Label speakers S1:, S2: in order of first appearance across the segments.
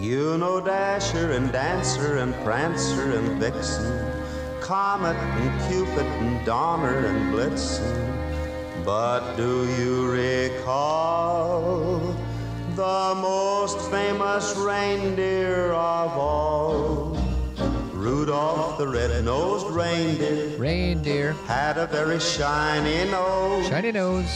S1: You know Dasher and Dancer and Prancer and Vixen, Comet and Cupid and Donner and Blitzen. But do you recall the most famous reindeer of all? Rudolph the red-nosed reindeer
S2: Reindeer.
S1: had a very shiny nose.
S2: Shiny nose.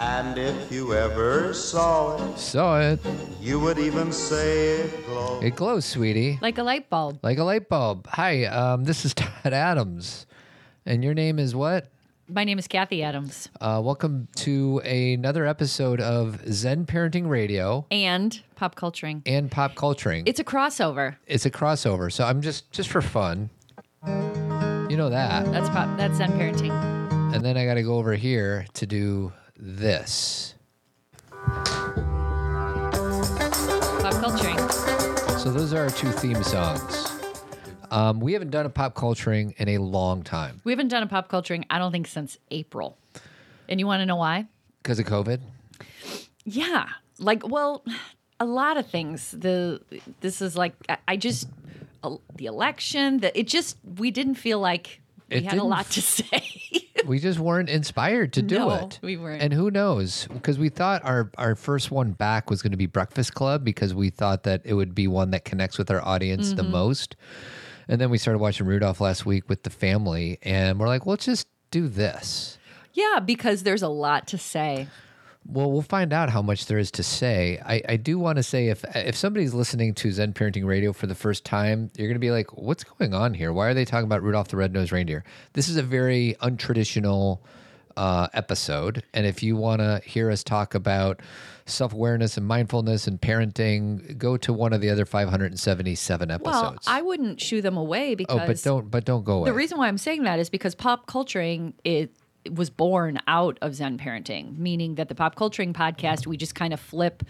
S1: And if you ever saw it,
S2: Saw it.
S1: you would even say it glowed.
S2: It glows, sweetie.
S3: Like a light bulb.
S2: Like a light bulb. Hi, um, this is Todd Adams. And your name is what?
S3: My name is Kathy Adams.
S2: Uh, welcome to another episode of Zen Parenting Radio
S3: And pop culturing.
S2: and Pop Culturing.
S3: It's a crossover.
S2: it's a crossover. So I'm just just for fun. You know that.
S3: That's pop that's Zen parenting.
S2: And then I got to go over here to do this.
S3: Pop culturing.
S2: So those are our two theme songs. Um, we haven't done a pop culturing in a long time
S3: We haven't done a pop culturing, I don't think, since April. And you want to know why?
S2: because of COVID.
S3: Yeah. Like, well, a lot of things. The this is like I, I just el- the election, the it just we didn't feel like we
S2: It
S3: had a
S2: didn't
S3: lot to say.
S2: We just weren't inspired to do
S3: No,
S2: it.
S3: we weren't.
S2: And who knows? Because we thought our our first one back was going to be Breakfast Club because we thought that it would be one that connects with our audience
S3: Mm-hmm.
S2: the most. And then we started watching Rudolph last week with the family, and we're like, well, let's just do this.
S3: yeah, because there's a lot to say.
S2: Well, we'll find out how much there is to say. I, I do want to say if if somebody's listening to Zen Parenting Radio for the first time, you're going to be like, "What's going on here? Why are they talking about Rudolph the Red-Nosed Reindeer?" This is a very untraditional uh, episode, and if you want to hear us talk about self-awareness and mindfulness and parenting, go to one of the other 577 episodes.
S3: Well, I wouldn't shoo them away because
S2: oh, but don't but don't go away.
S3: The reason why I'm saying that is because pop culturing it it was born out of Zen parenting, meaning that the pop culturing podcast we just kind of flip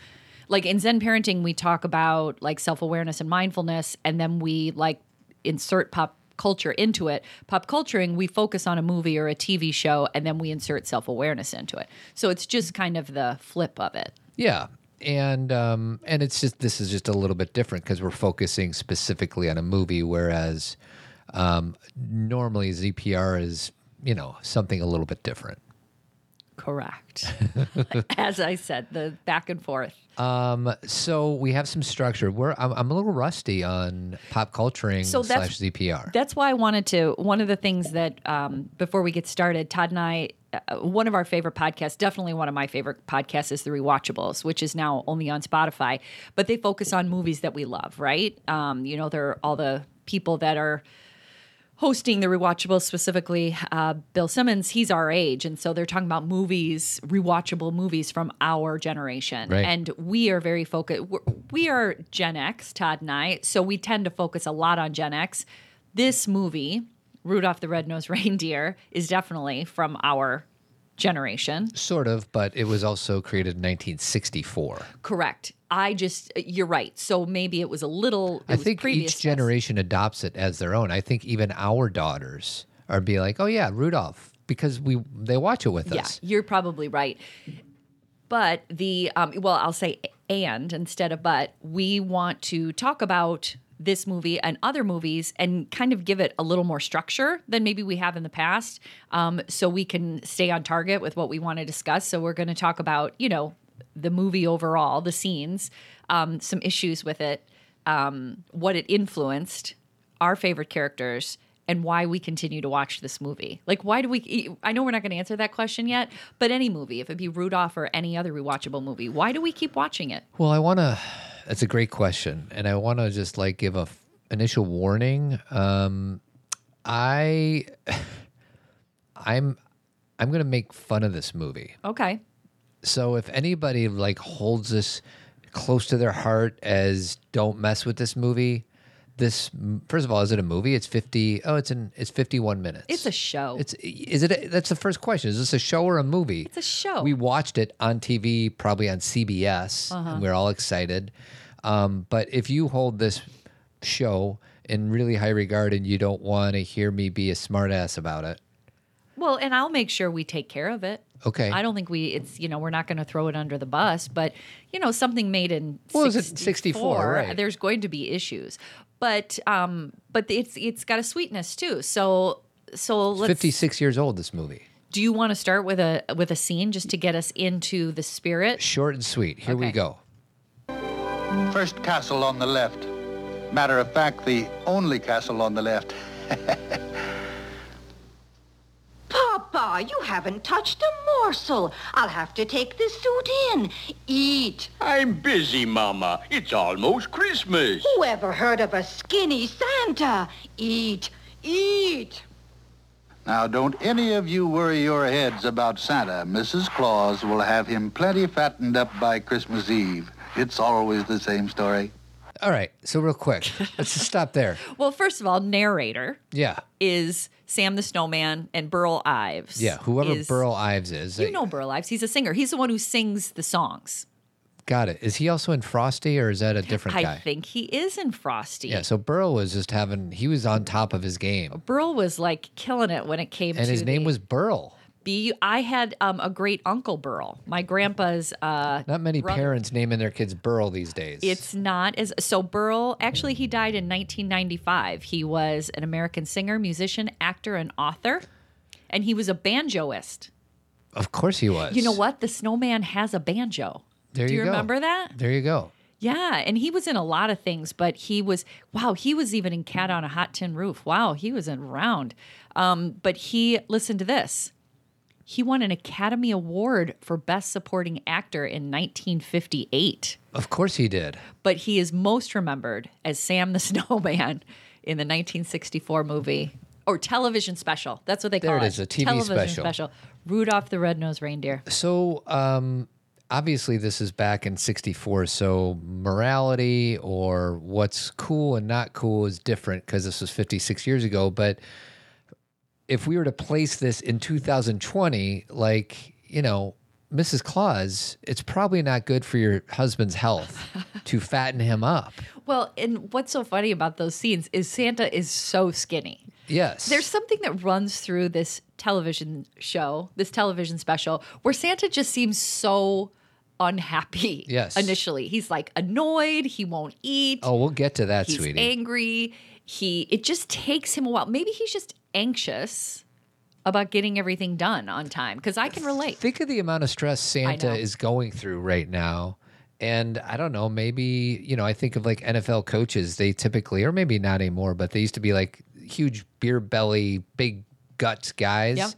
S3: like in Zen parenting we talk about like self-awareness and mindfulness and then we like insert pop culture into it. Pop culturing we focus on a movie or a TV show and then we insert self-awareness into it. So it's just kind of the flip of it.
S2: Yeah. And um and it's just this is just a little bit different because we're focusing specifically on a movie, whereas um normally ZPR is, you know, something a little bit different.
S3: Correct. As I said, the back and forth.
S2: So we have some structure. We're I'm, I'm a little rusty on pop culturing
S3: So that's-
S2: slash ZPR.
S3: That's why I wanted to. One of the things that um, before we get started, Todd and I, uh, one of our favorite podcasts, definitely one of my favorite podcasts, is The Rewatchables, which is now only on Spotify. But they focus on movies that we love, right? Um, you know, they're all the people that are hosting the rewatchables specifically uh, bill simmons he's our age and so they're talking about movies rewatchable movies from our generation
S2: Right.
S3: and we are very focused we are gen x todd and i so we tend to focus a lot on gen x this movie rudolph the red-nosed reindeer is definitely from our generation
S2: sort of, but it was also created in 1964.
S3: correct i just you're right so maybe it was a little it
S2: I
S3: was
S2: think
S3: previous
S2: each
S3: to us.
S2: generation adopts it as their own. I think even our daughters are be like, "Oh yeah, Rudolph," because we they watch it with us.
S3: Yeah, you're probably right. But the um, well, I'll say and instead of but. We want to talk about this movie and other movies and kind of give it a little more structure than maybe we have in the past, um, so we can stay on target with what we want to discuss. So we're going to talk about you know the movie overall, the scenes, um, some issues with it, um, what it influenced, our favorite characters and why we continue to watch this movie. Like, why do we? e, I know we're not going to answer that question yet, but any movie, if it be Rudolph or any other rewatchable movie, why do we keep watching it?
S2: Well, I want to. That's a great question, and I want to just like give a f- initial warning. Um, I, I'm, I'm gonna make fun of this movie.
S3: Okay.
S2: So if anybody like holds this close to their heart as don't mess with this movie, this first of all, is it a movie? It's fifty. Oh, it's an it's fifty one minutes.
S3: It's a show.
S2: It's is it? A, that's the first question. Is this a show or a movie? It's
S3: a show.
S2: We watched it on TV, probably on CBS,
S3: Uh-huh.
S2: and we are all excited. Um, but if you hold this show in really high regard and you don't want to hear me be a smartass about it,
S3: Well, and I'll make sure we take care of it.
S2: Okay.
S3: I don't think we. It's you know we're not going to throw it under the bus, but you know something made in
S2: Well, it was
S3: 64,
S2: in 64, right.
S3: There's going to be issues, but um, but it's it's got a sweetness too. So so let's.
S2: 56 years old, this movie.
S3: Do you want to start with a with a scene just to get us into the spirit?
S2: Short and sweet. Here we
S3: Okay.
S2: go.
S4: First castle on the left. Matter of fact, the only castle on the left.
S5: Papa, you haven't touched a morsel. I'll have to take this suit in. Eat.
S6: I'm busy, Mama. It's almost Christmas.
S5: Who ever heard of a skinny Santa? Eat. Eat.
S4: Now, don't any of you worry your heads about Santa. Mrs. Claus will have him plenty fattened up by Christmas Eve. It's always the same story.
S2: All right. So, real quick, let's just stop there.
S3: Well, first of all, narrator
S2: Yeah.
S3: is Sam the Snowman and Burl Ives.
S2: Yeah. Whoever
S3: is-
S2: Burl Ives is.
S3: You know Burl Ives. He's a singer. He's the one who sings the songs.
S2: Got it. Is he also in Frosty or is that a different
S3: I
S2: guy?
S3: think he is in Frosty.
S2: yeah. So, Burl was just having, he was on top of his game.
S3: Burl was like killing it when it came
S2: And
S3: to
S2: his name
S3: the-
S2: was Burl.
S3: B. I had um, a great uncle Burl. My grandpa's. Uh,
S2: Not many
S3: brother-
S2: parents naming their kids Burl these days.
S3: It's not as so. Burl actually he died in 1995. He was an American singer, musician, actor, and author, and he was a banjoist.
S2: of course he was.
S3: You know what? The Snowman has a banjo.
S2: There
S3: Do
S2: you
S3: you,
S2: go.
S3: remember that?
S2: There you go.
S3: Yeah, and he was in a lot of things, but he was wow. He was even in Cat on a Hot Tin Roof. Wow, he was in Round. Um, but he listen to this. He won an Academy Award for Best Supporting Actor in 1958.
S2: Of course he did.
S3: But he is most remembered as Sam the Snowman in the 1964 movie or television special. That's what they
S2: There
S3: call
S2: it
S3: it.
S2: is, a TV
S3: television
S2: special.
S3: Rudolph the Red-Nosed Reindeer.
S2: So, um, obviously, this is back in '64. So, morality or what's cool and not cool is different because this was 56 years ago. But if we were to place this in 2020, like, you know, Mrs. Claus, it's probably not good for your husband's health to fatten him up.
S3: Well, and what's so funny about those scenes is Santa is so skinny.
S2: Yes.
S3: There's something that runs through this television show, this television special, where Santa just seems so unhappy.
S2: Yes.
S3: Initially, he's like annoyed. He won't eat.
S2: Oh, we'll get to that,
S3: he's
S2: sweetie.
S3: angry. He. It just takes him a while. Maybe he's just anxious about getting everything done on time. Because I can relate.
S2: Think of the amount of stress Santa
S3: know.
S2: is going through right now. And I don't know, maybe, you know, I think of like NFL coaches, they typically, or maybe not anymore, but they used to be like huge beer belly, big guts guys.
S3: Yep.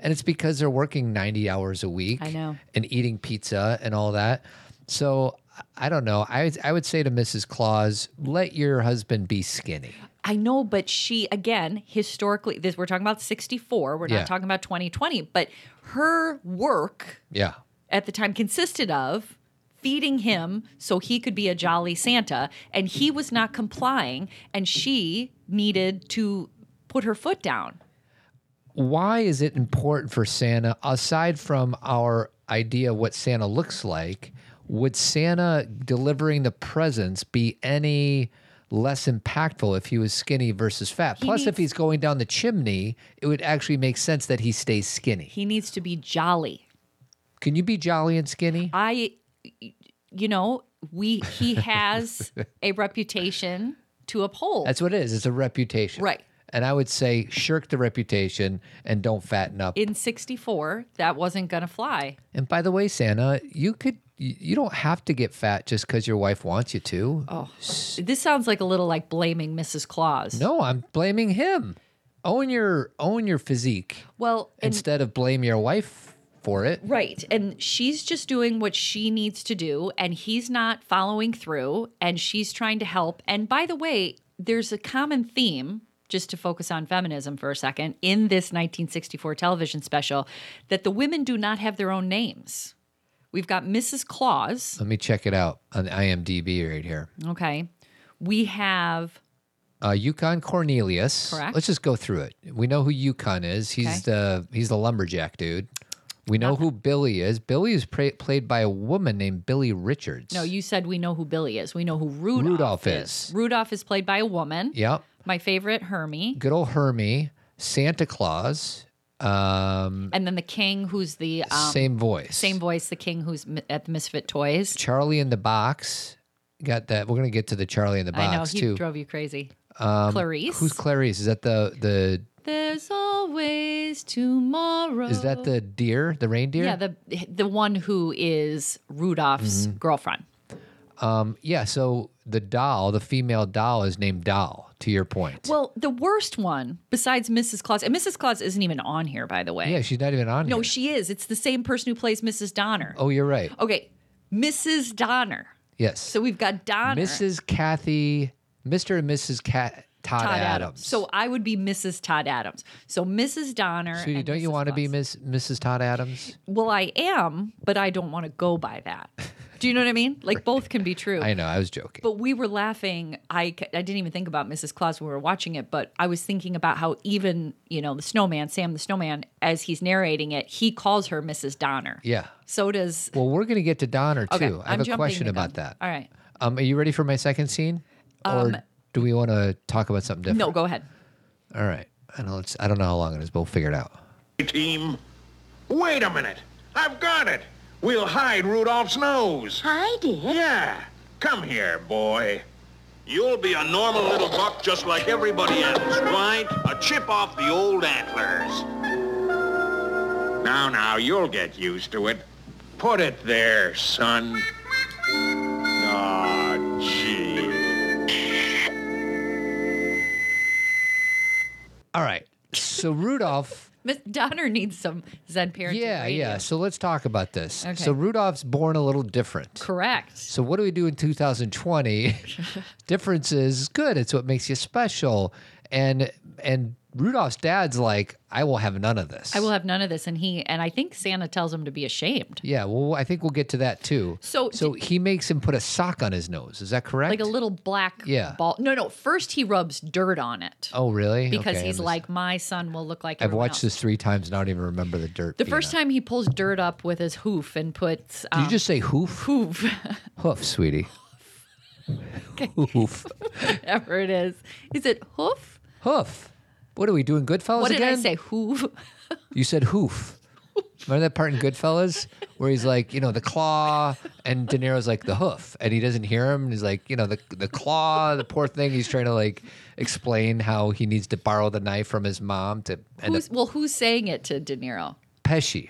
S2: And it's because they're working 90 hours a week
S3: I know.
S2: and eating pizza and all that. So I don't know. I, I would say to Mrs. Claus, let your husband be skinny.
S3: I know, but she again historically. This we're talking about 64. We're
S2: Yeah.
S3: not talking about 2020. But her work
S2: Yeah.
S3: at the time consisted of feeding him so he could be a jolly Santa, and he was not complying, and she needed to put her foot down.
S2: why is it important for Santa, aside from our idea of what Santa looks like, would Santa delivering the presents be any less impactful if he was skinny versus fat? Plus, if
S3: needs-
S2: he's going down the chimney, it would actually make sense that he stays skinny.
S3: He needs to be jolly.
S2: Can you be jolly and skinny?
S3: I, you know, we he has a reputation to uphold.
S2: That's what it is. It's a reputation.
S3: Right.
S2: And I would say shirk the reputation and don't fatten up.
S3: in 64, that wasn't going to fly.
S2: and by the way, Santa, you could you you don't have to get fat just because your wife wants you to.
S3: This sounds like a little like blaming Mrs. Claus.
S2: No, I'm blaming him. Own your own your physique
S3: Well, and
S2: instead of blame your wife for it.
S3: Right. And she's just doing what she needs to do, and he's not following through, and she's trying to help. And by the way, there's a common theme, just to focus on feminism for a second, in this 1964 television special that the women do not have their own names. We've got Mrs. Claus.
S2: Let me check it out on IMDb right here.
S3: Okay. We have,
S2: Uh, Yukon Cornelius.
S3: Correct.
S2: Let's just go through it. We know who Yukon is. He's
S3: Okay.
S2: the he's the lumberjack dude. We know who Billy is. Billy is pra- played by a woman named Billy Richards.
S3: no, you said we know who Billy is. We know who Rudolph,
S2: Rudolph is.
S3: Rudolph is played by a woman.
S2: Yep.
S3: My favorite, Hermie.
S2: Good old Hermie, Santa Claus, Um,
S3: and then the king, who's the um,
S2: same voice.
S3: same voice, the king who's mi- at the Misfit Toys.
S2: Charlie in the box. Got that. We're gonna get to the Charlie in the
S3: I know
S2: box
S3: he
S2: too. Um,
S3: drove you crazy. Clarice.
S2: Who's Clarice? Is that the the
S3: There's always tomorrow.
S2: is that the deer? The reindeer?
S3: Uh-huh. yeah the the one who is Rudolph's
S2: Mm-hmm.
S3: girlfriend?
S2: yeah. So the doll, the female doll, is named Doll. To your point.
S3: Well, the worst one besides Mrs. Claus, and Mrs. Claus isn't even on here, by the way.
S2: yeah, she's not even on
S3: no,
S2: here.
S3: she is. It's the same person who plays Mrs. Donner.
S2: oh, you're right.
S3: Okay, Mrs. Donner.
S2: Yes.
S3: So we've got Donner.
S2: Mrs. Kathy, Mr. and Mrs. Cat Todd,
S3: Todd Adams.
S2: Adams.
S3: So I would be Mrs. Todd Adams. So Mrs. Donner.
S2: Sweetie,
S3: and
S2: don't you
S3: Mrs.
S2: want to be
S3: Claus.
S2: Miss, Mrs. Todd Adams?
S3: Well, I am, but I don't want to go by that. Do you know what I mean? Like both can be true.
S2: I know, I was joking.
S3: But we were laughing. I, c- I didn't even think about Mrs. Claus when we were watching it, but I was thinking about how even, you know, the snowman, Sam the snowman, as he's narrating it, he calls her Mrs. Donner.
S2: yeah.
S3: So does.
S2: Well, we're going to get to Donner too.
S3: Okay,
S2: I have
S3: I'm
S2: a
S3: jumping
S2: question
S3: the
S2: about
S3: gun.
S2: that.
S3: All right.
S2: Um, are you ready for my second scene? or do we want to talk about something different?
S3: Um, No, go ahead.
S2: All right. I don't, it's, I don't know how long it is, but we'll figure it out.
S7: team. Wait a minute. I've got it. We'll hide Rudolph's nose.
S5: Hide it?
S7: Yeah. Come here, boy.
S6: You'll be a normal little buck just like everybody else, right?
S7: A chip off the old antlers. Now, now, you'll get used to it. Put it there, son. Aw, gee.
S2: All right. So Rudolph.
S3: Miss Donner needs some Zen parenting.
S2: yeah,
S3: radio.
S2: yeah. So let's talk about this.
S3: Okay.
S2: So Rudolph's born a little different.
S3: Correct.
S2: So what do we do in 2020? Differences is good. It's what makes you special. And and Rudolph's dad's like, I will have none of this.
S3: I will have none of this. And he, and I think Santa tells him to be ashamed.
S2: Yeah, well, I think we'll get to that too.
S3: So
S2: so he makes him put a sock on his nose. Is that correct?
S3: Like a little black
S2: Yeah.
S3: ball. No, no. First, he rubs dirt on it.
S2: Oh, really?
S3: because
S2: Okay, I
S3: he's
S2: missed-
S3: like, my son will look like.
S2: I've
S3: everyone
S2: watched
S3: else."
S2: this three times and I don't even remember the dirt.
S3: The
S2: being
S3: first
S2: on.
S3: time he pulls dirt up with his hoof and puts
S2: Did
S3: um,
S2: you just say hoof?
S3: hoof,
S2: Hoof, sweetie. hoof.
S3: whatever it is. Is it hoof?
S2: Hoof. What are we doing, Goodfellas
S3: What did
S2: again?
S3: I say? Hoof.
S2: You said hoof. Remember that part in Goodfellas where he's like, you know, the claw, and De Niro's like the hoof, and he doesn't hear him, and he's like, you know, the the claw, the poor thing. He's trying to like explain how he needs to borrow the knife from his mom to end up
S3: Who's well? Who's saying it to De Niro?
S2: Pesci.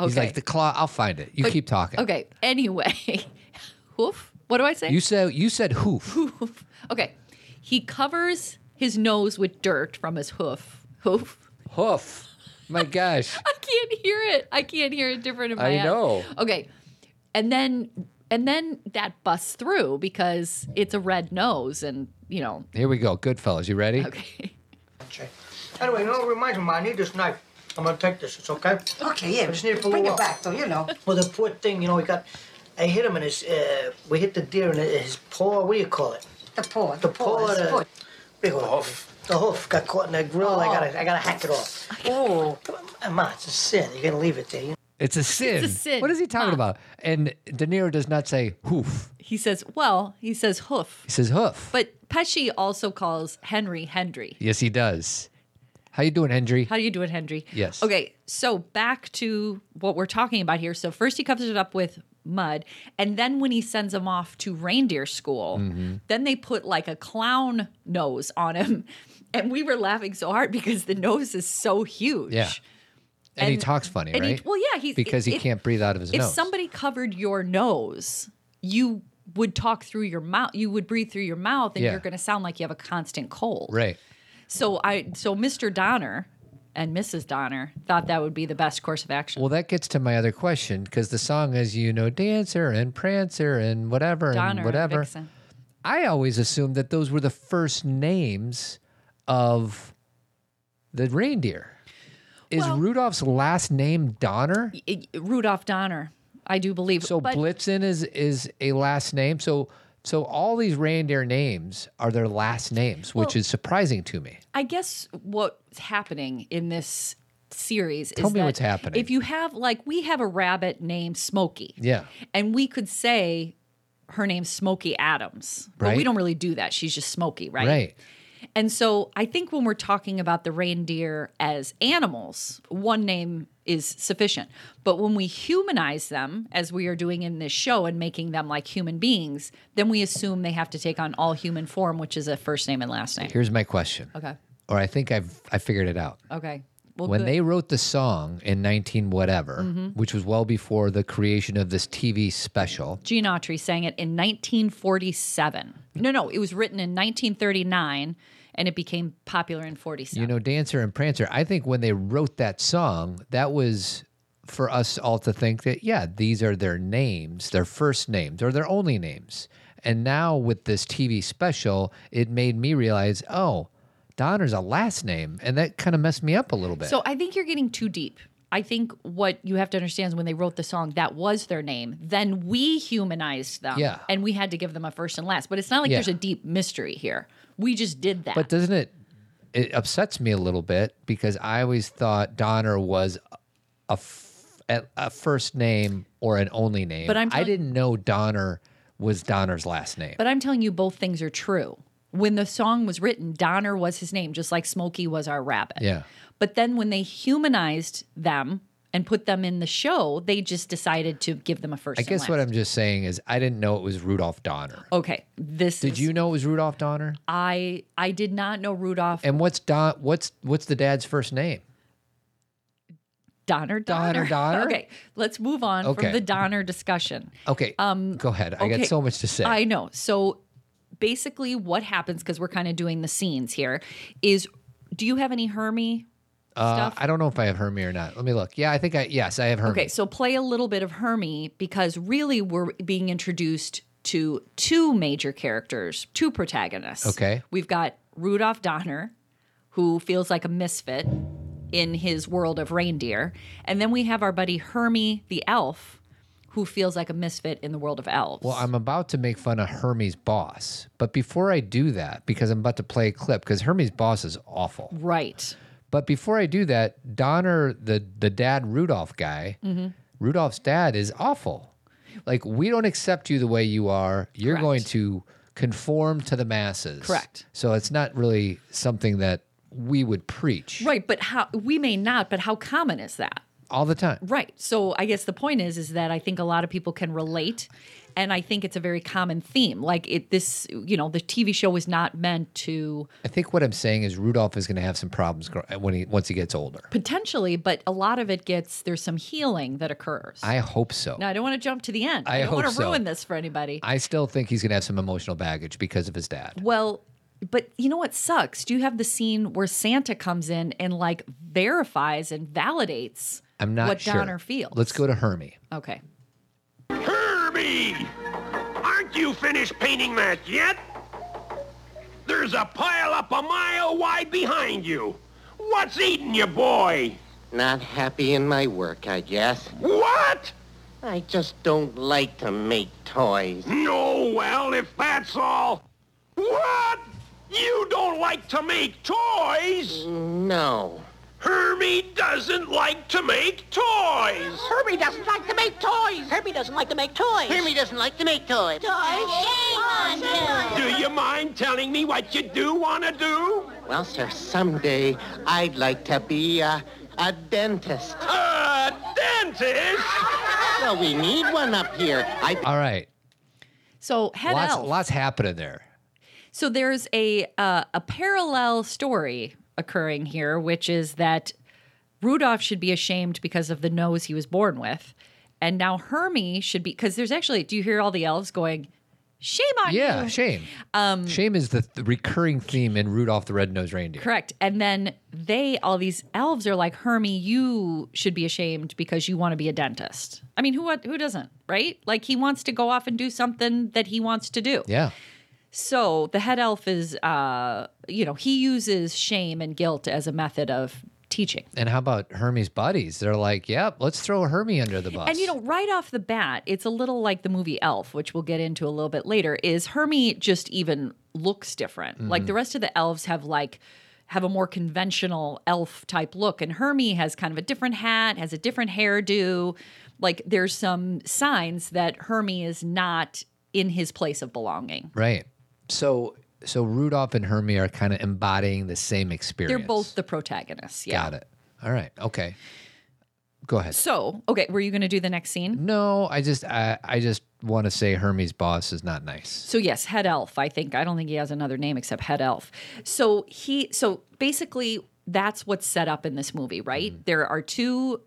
S2: He's
S3: Okay.
S2: like the claw. I'll find it. You keep talking.
S3: Okay. Anyway, hoof. What do I say?
S2: You said you said hoof.
S3: okay. He covers his nose with dirt from his hoof. Hoof.
S2: Hoof. My gosh.
S3: I can't hear it. I can't hear it different in my
S2: I
S3: head.
S2: know.
S3: Okay. And then and then that busts through because it's a red nose and you know,
S2: Here we go. Goodfellas. You ready?
S3: okay.
S8: Okay. Anyway, you know, it reminds me, Ma, I need this knife. I'm gonna take this. It's okay.
S9: Okay, yeah.
S8: I just need to pull
S9: Bring
S8: it
S9: it
S8: off.
S9: back, though, you know.
S8: Well, the poor thing, you know, he got. I hit him in his. Uh, we hit the deer in his paw. What do you call it?
S9: The paw.
S8: The paw.
S9: is
S8: The,
S9: foot.
S8: the hoof. The hoof got caught in that grill. I gotta. I gotta hack it off.
S9: Oh.
S8: Uh, Ma, it's a sin. You're gonna leave it there. You-
S2: It's a sin.
S3: sin.
S2: What is he talking
S3: Huh.
S2: about? And De Niro does not say hoof.
S3: He says, well, he says hoof.
S2: He says hoof.
S3: But Pesci also calls Henry Henry.
S2: yes, he does. How you doing, Hendry?
S3: How do you do it, Henry?
S2: Yes.
S3: Okay, so back to what we're talking about here. So first he covers it up with mud, and then when he sends him off to reindeer school,
S2: Mm-hmm.
S3: then they put like a clown nose on him. And we were laughing so hard because the nose is so huge.
S2: Yeah. And, he
S3: And-
S2: talks funny,
S3: and he-
S2: right?
S3: well, yeah, he's-
S2: because he
S3: if-
S2: can't breathe out of his
S3: if
S2: nose.
S3: somebody covered your nose, you would talk through your mouth. You would breathe through your mouth, and
S2: Yeah.
S3: you're going to sound like you have a constant cold.
S2: right?
S3: So I, so Mr. Donner and Mrs. Donner thought that would be the best course of action.
S2: Well, that gets to my other question because the song is, you know, dancer and prancer and whatever
S3: Donner,
S2: and
S3: and
S2: whatever.
S3: Vixen.
S2: I always assumed that those were the first names of the reindeer. Is
S3: Well-
S2: Rudolph's last name Donner?
S3: I- Rudolph Donner, I do believe.
S2: So
S3: but
S2: Blitzen is is a last name. So so all these reindeer names are their last names, which
S3: Well-
S2: is surprising to me.
S3: I guess what's happening in this series
S2: Tell
S3: is
S2: me
S3: that
S2: what's happening.
S3: If you have like we have a rabbit named Smokey,
S2: Yeah.
S3: and we could say her name's Smokey Adams, but
S2: Right.
S3: we don't really do that. She's just Smokey, right?
S2: Right.
S3: And so I think when we're talking about the reindeer as animals, one name is sufficient. But when we humanize them, as we are doing in this show, and making them like human beings, then we assume they have to take on all human form, which is a first name and last name.
S2: Here's my question.
S3: Okay.
S2: Or I think I've I figured it out.
S3: Okay. Well,
S2: when
S3: good. Mm-hmm.
S2: they wrote the song in 19 whatever, which was well before the creation of this TV special,
S3: Gene Autry sang it in 1947. No, no, it was written in 1939 and it became popular in 47.
S2: you know, Dancer and Prancer, I think when they wrote that song, that was for us all to think that, yeah, these are their names, their first names, or their only names. And now with this TV special, it made me realize, oh, Donner's a last name. And that kind of messed me up a little bit.
S3: So I think you're getting too deep. I think what you have to understand is when they wrote the song, that was their name. Then we humanized them.
S2: Yeah.
S3: And we had to give them a first and last. But it's not like
S2: Yeah.
S3: there's a deep mystery here. We just did that.
S2: But doesn't it? It upsets me a little bit because I always thought Donner was a, f- a- a first name or an only name.
S3: But I'm
S2: I
S3: telling-
S2: didn't know Donner was Donner's last name.
S3: But I'm telling you, both things are true. When the song was written, Donner was his name, just like Smokey was our rabbit.
S2: Yeah.
S3: But then when they humanized them and put them in the show, they just decided to give them a first.
S2: I guess what I'm just saying is I didn't know it was Rudolph Donner.
S3: Okay. Oh, This
S2: Did
S3: is-
S2: you know it was Rudolph Donner?
S3: I I did not know Rudolph
S2: And what's Don? What's what's the dad's first name?
S3: Donner Donner
S2: Donner, Donner?
S3: Okay. Let's move on
S2: Okay.
S3: from the Donner discussion.
S2: Okay. Um. Go ahead. I
S3: okay.
S2: got so much to say.
S3: I know. So basically what happens cuz we're kind of doing the scenes here is do you have any Hermie
S2: uh,
S3: stuff.
S2: I don't know if I have Hermie or not. Let me look. Yeah, I think I. Yes, I have Hermie.
S3: Okay, so play a little bit of Hermie because really we're being introduced to two major characters, two protagonists.
S2: Okay.
S3: We've got Rudolph Donner, who feels like a misfit in his world of reindeer. And then we have our buddy Hermie the elf, who feels like a misfit in the world of elves.
S2: Well, I'm about to make fun of Hermes' boss, but before I do that, because I'm about to play a clip, because Hermes' boss is awful.
S3: right.
S2: But before I do that, Donner, the the dad Rudolph guy,
S3: Mm-hmm.
S2: Rudolph's dad is awful. Like we don't accept you the way you are. You're going to conform to the masses.
S3: Correct.
S2: So it's not really something that we would preach
S3: Right, but how we may not, but how common is that?
S2: all the time.
S3: Right. So I guess the point is is that I think a lot of people can relate and I think it's a very common theme. Like it this you know, the TV show was not meant to
S2: I think what I'm saying is Rudolph is going to have some problems gr- when he once he gets older.
S3: potentially, but a lot of it gets there's some healing that occurs.
S2: I hope so.
S3: now I don't want to jump to the end.
S2: I
S3: don't want to
S2: hope so.
S3: ruin this for anybody.
S2: I still think he's going to have some emotional baggage because of his dad.
S3: well, but you know what sucks? Do you have the scene where Santa comes in and like verifies and validates
S2: I'm not
S3: what
S2: sure.
S3: Donner feels?
S2: Let's go to Hermie.
S3: Okay.
S7: Herbie! Aren't you finished painting that yet? There's a pile up a mile wide behind you. What's eating you, boy?
S9: Not happy in my work, I guess.
S7: What?
S9: I just don't like to make toys.
S7: No, well, if that's all. What? You don't like to make toys?
S9: No.
S7: Hermie doesn't like to make toys.
S5: Herbie doesn't like to make toys. Herbie doesn't like to make toys.
S9: Hermie doesn't like to make toys.
S7: Do you mind telling me what you do want to do?
S9: Well, sir, someday I'd like to be a, a dentist.
S7: A dentist?
S9: Well, we need one up here. I
S2: All right.
S3: So head
S2: Lots,
S3: elf.
S2: lots happening there.
S3: So there's a uh, a parallel story occurring here, which is that Rudolph should be ashamed because of the nose he was born with, and now Hermie should be because there's actually. Do you hear all the elves going? Shame on you!
S2: Yeah, shame. Um, shame is the th- recurring theme in Rudolph the Red-Nosed Reindeer.
S3: Correct. And then they, all these elves, are like, Hermie, you should be ashamed because you want to be a dentist. I mean, who who doesn't, right? Like he wants to go off and do something that he wants to do.
S2: Yeah.
S3: So the head elf is, uh, you know, he uses shame and guilt as a method of teaching.
S2: And how about Hermie's buddies? They're like, yep, let's throw Hermie under the bus.
S3: And you know, right off the bat, it's a little like the movie Elf, which we'll get into a little bit later. Is Hermie just even looks different?
S2: Mm-hmm.
S3: Like the rest of the elves have like have a more conventional elf type look, and Hermie has kind of a different hat, has a different hairdo. Like there's some signs that Hermie is not in his place of belonging.
S2: Right. So So Rudolph and Hermie are kind of embodying the same experience.
S3: They're both the protagonists. Yeah.
S2: Got it. All right. Okay. Go ahead.
S3: So, okay, were you going to do the next scene?
S2: No, I just I, I just want to say Hermie's boss is not nice.
S3: So, yes, head elf, I think. I don't think he has another name except head elf. So, he so basically that's what's set up in this movie, right? There are two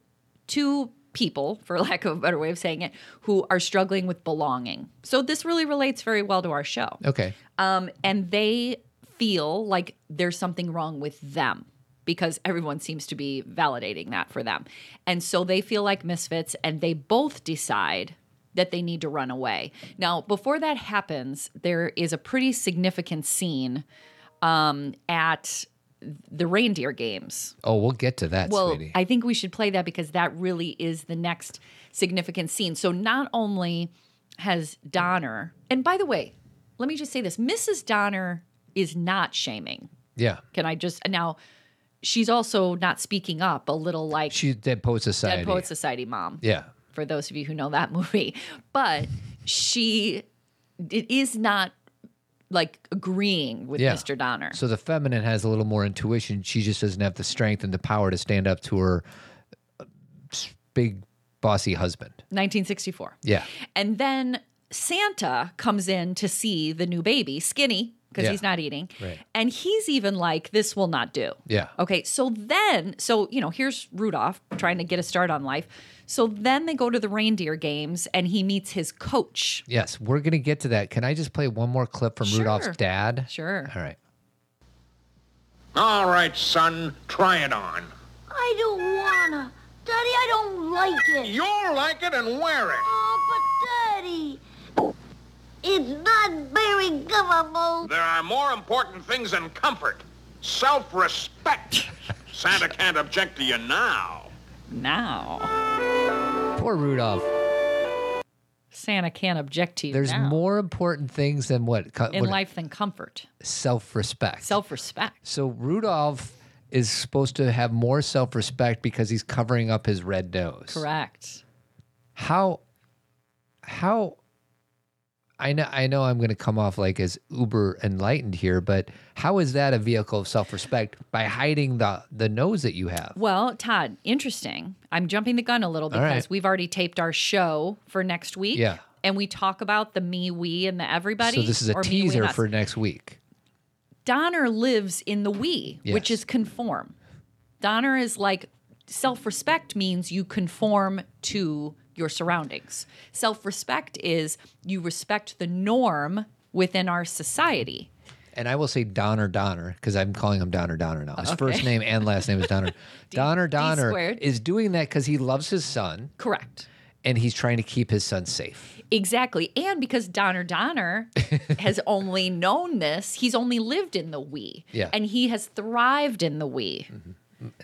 S3: two people, for lack of a better way of saying it, who are struggling with belonging. So, this really relates very well to our show.
S2: Okay.
S3: um, and they feel like there's something wrong with them because everyone seems to be validating that for them. And so they feel like misfits and they both decide that they need to run away. Now, before that happens, there is a pretty significant scene um, at the reindeer games
S2: Oh, we'll get to that,
S3: well,
S2: sweetie.
S3: I think we should play that because that really is the next significant scene. So not only has Donner, and by the way, let me just say this: Mrs. Donner is not shaming.
S2: yeah.
S3: Can I just now? She's also not speaking up. A little like
S2: She's Dead Poet Society.
S3: Dead Poet Society mom
S2: Yeah.
S3: for those of you who know that movie. But she, it is not like agreeing with
S2: Yeah.
S3: Mr. Donner.
S2: So the feminine has a little more intuition. She just doesn't have the strength and the power to stand up to her uh, s- big bossy husband.
S3: 1964.
S2: Yeah.
S3: And then Santa comes in to see the new baby, skinny, because
S2: Yeah.
S3: he's not eating.
S2: Right.
S3: And he's even like, this will not do.
S2: Yeah.
S3: Okay. So then, so, you know, here's Rudolph trying to get a start on life. So then they go to the reindeer games and he meets his coach.
S2: Yes, we're gonna get to that. Can I just play one more clip from
S3: Sure.
S2: Rudolph's dad?
S3: Sure.
S2: All right.
S7: All right, son, try it on.
S5: I don't wanna. Daddy, I don't like it.
S7: You'll like it and wear it.
S5: Oh, but Daddy, it's not very comfortable.
S7: There are more important things than comfort. Self-respect. Santa can't object to you now.
S3: Now,
S2: Poor Rudolph.
S3: Santa can't object to you.
S2: There's
S3: now
S2: more important things than what, co-
S3: in
S2: what-
S3: life than comfort,
S2: self-respect.
S3: self respect.
S2: so Rudolph is supposed to have more self-respect because he's covering up his red nose.
S3: Correct.
S2: How how I know I know I'm going to come off like as uber enlightened here, but how is that a vehicle of self-respect by hiding the the nose that you have?
S3: Well, Todd, interesting. I'm jumping the gun a little
S2: All
S3: because
S2: right.
S3: we've already taped our show for next week.
S2: Yeah.
S3: And we talk about the me, we, and the everybody.
S2: So this is a
S3: or me, we, and
S2: teaser
S3: us.
S2: for next week.
S3: Donner lives in the we, which
S2: Yes.
S3: is conform. Donner is like self respect means you conform to your surroundings. Self respect is you respect the norm within our society.
S2: and I will say Donner Donner because I'm calling him Donner Donner now.
S3: Oh,
S2: His first name and last name is Donner. Donner Donner
S3: squared.
S2: is doing that because he loves his son
S3: Correct.
S2: and he's trying to keep his son safe.
S3: Exactly. And because Donner Donner has only known this, he's only lived in the we.
S2: Yeah. Mm-hmm.
S3: And he has thrived in the we.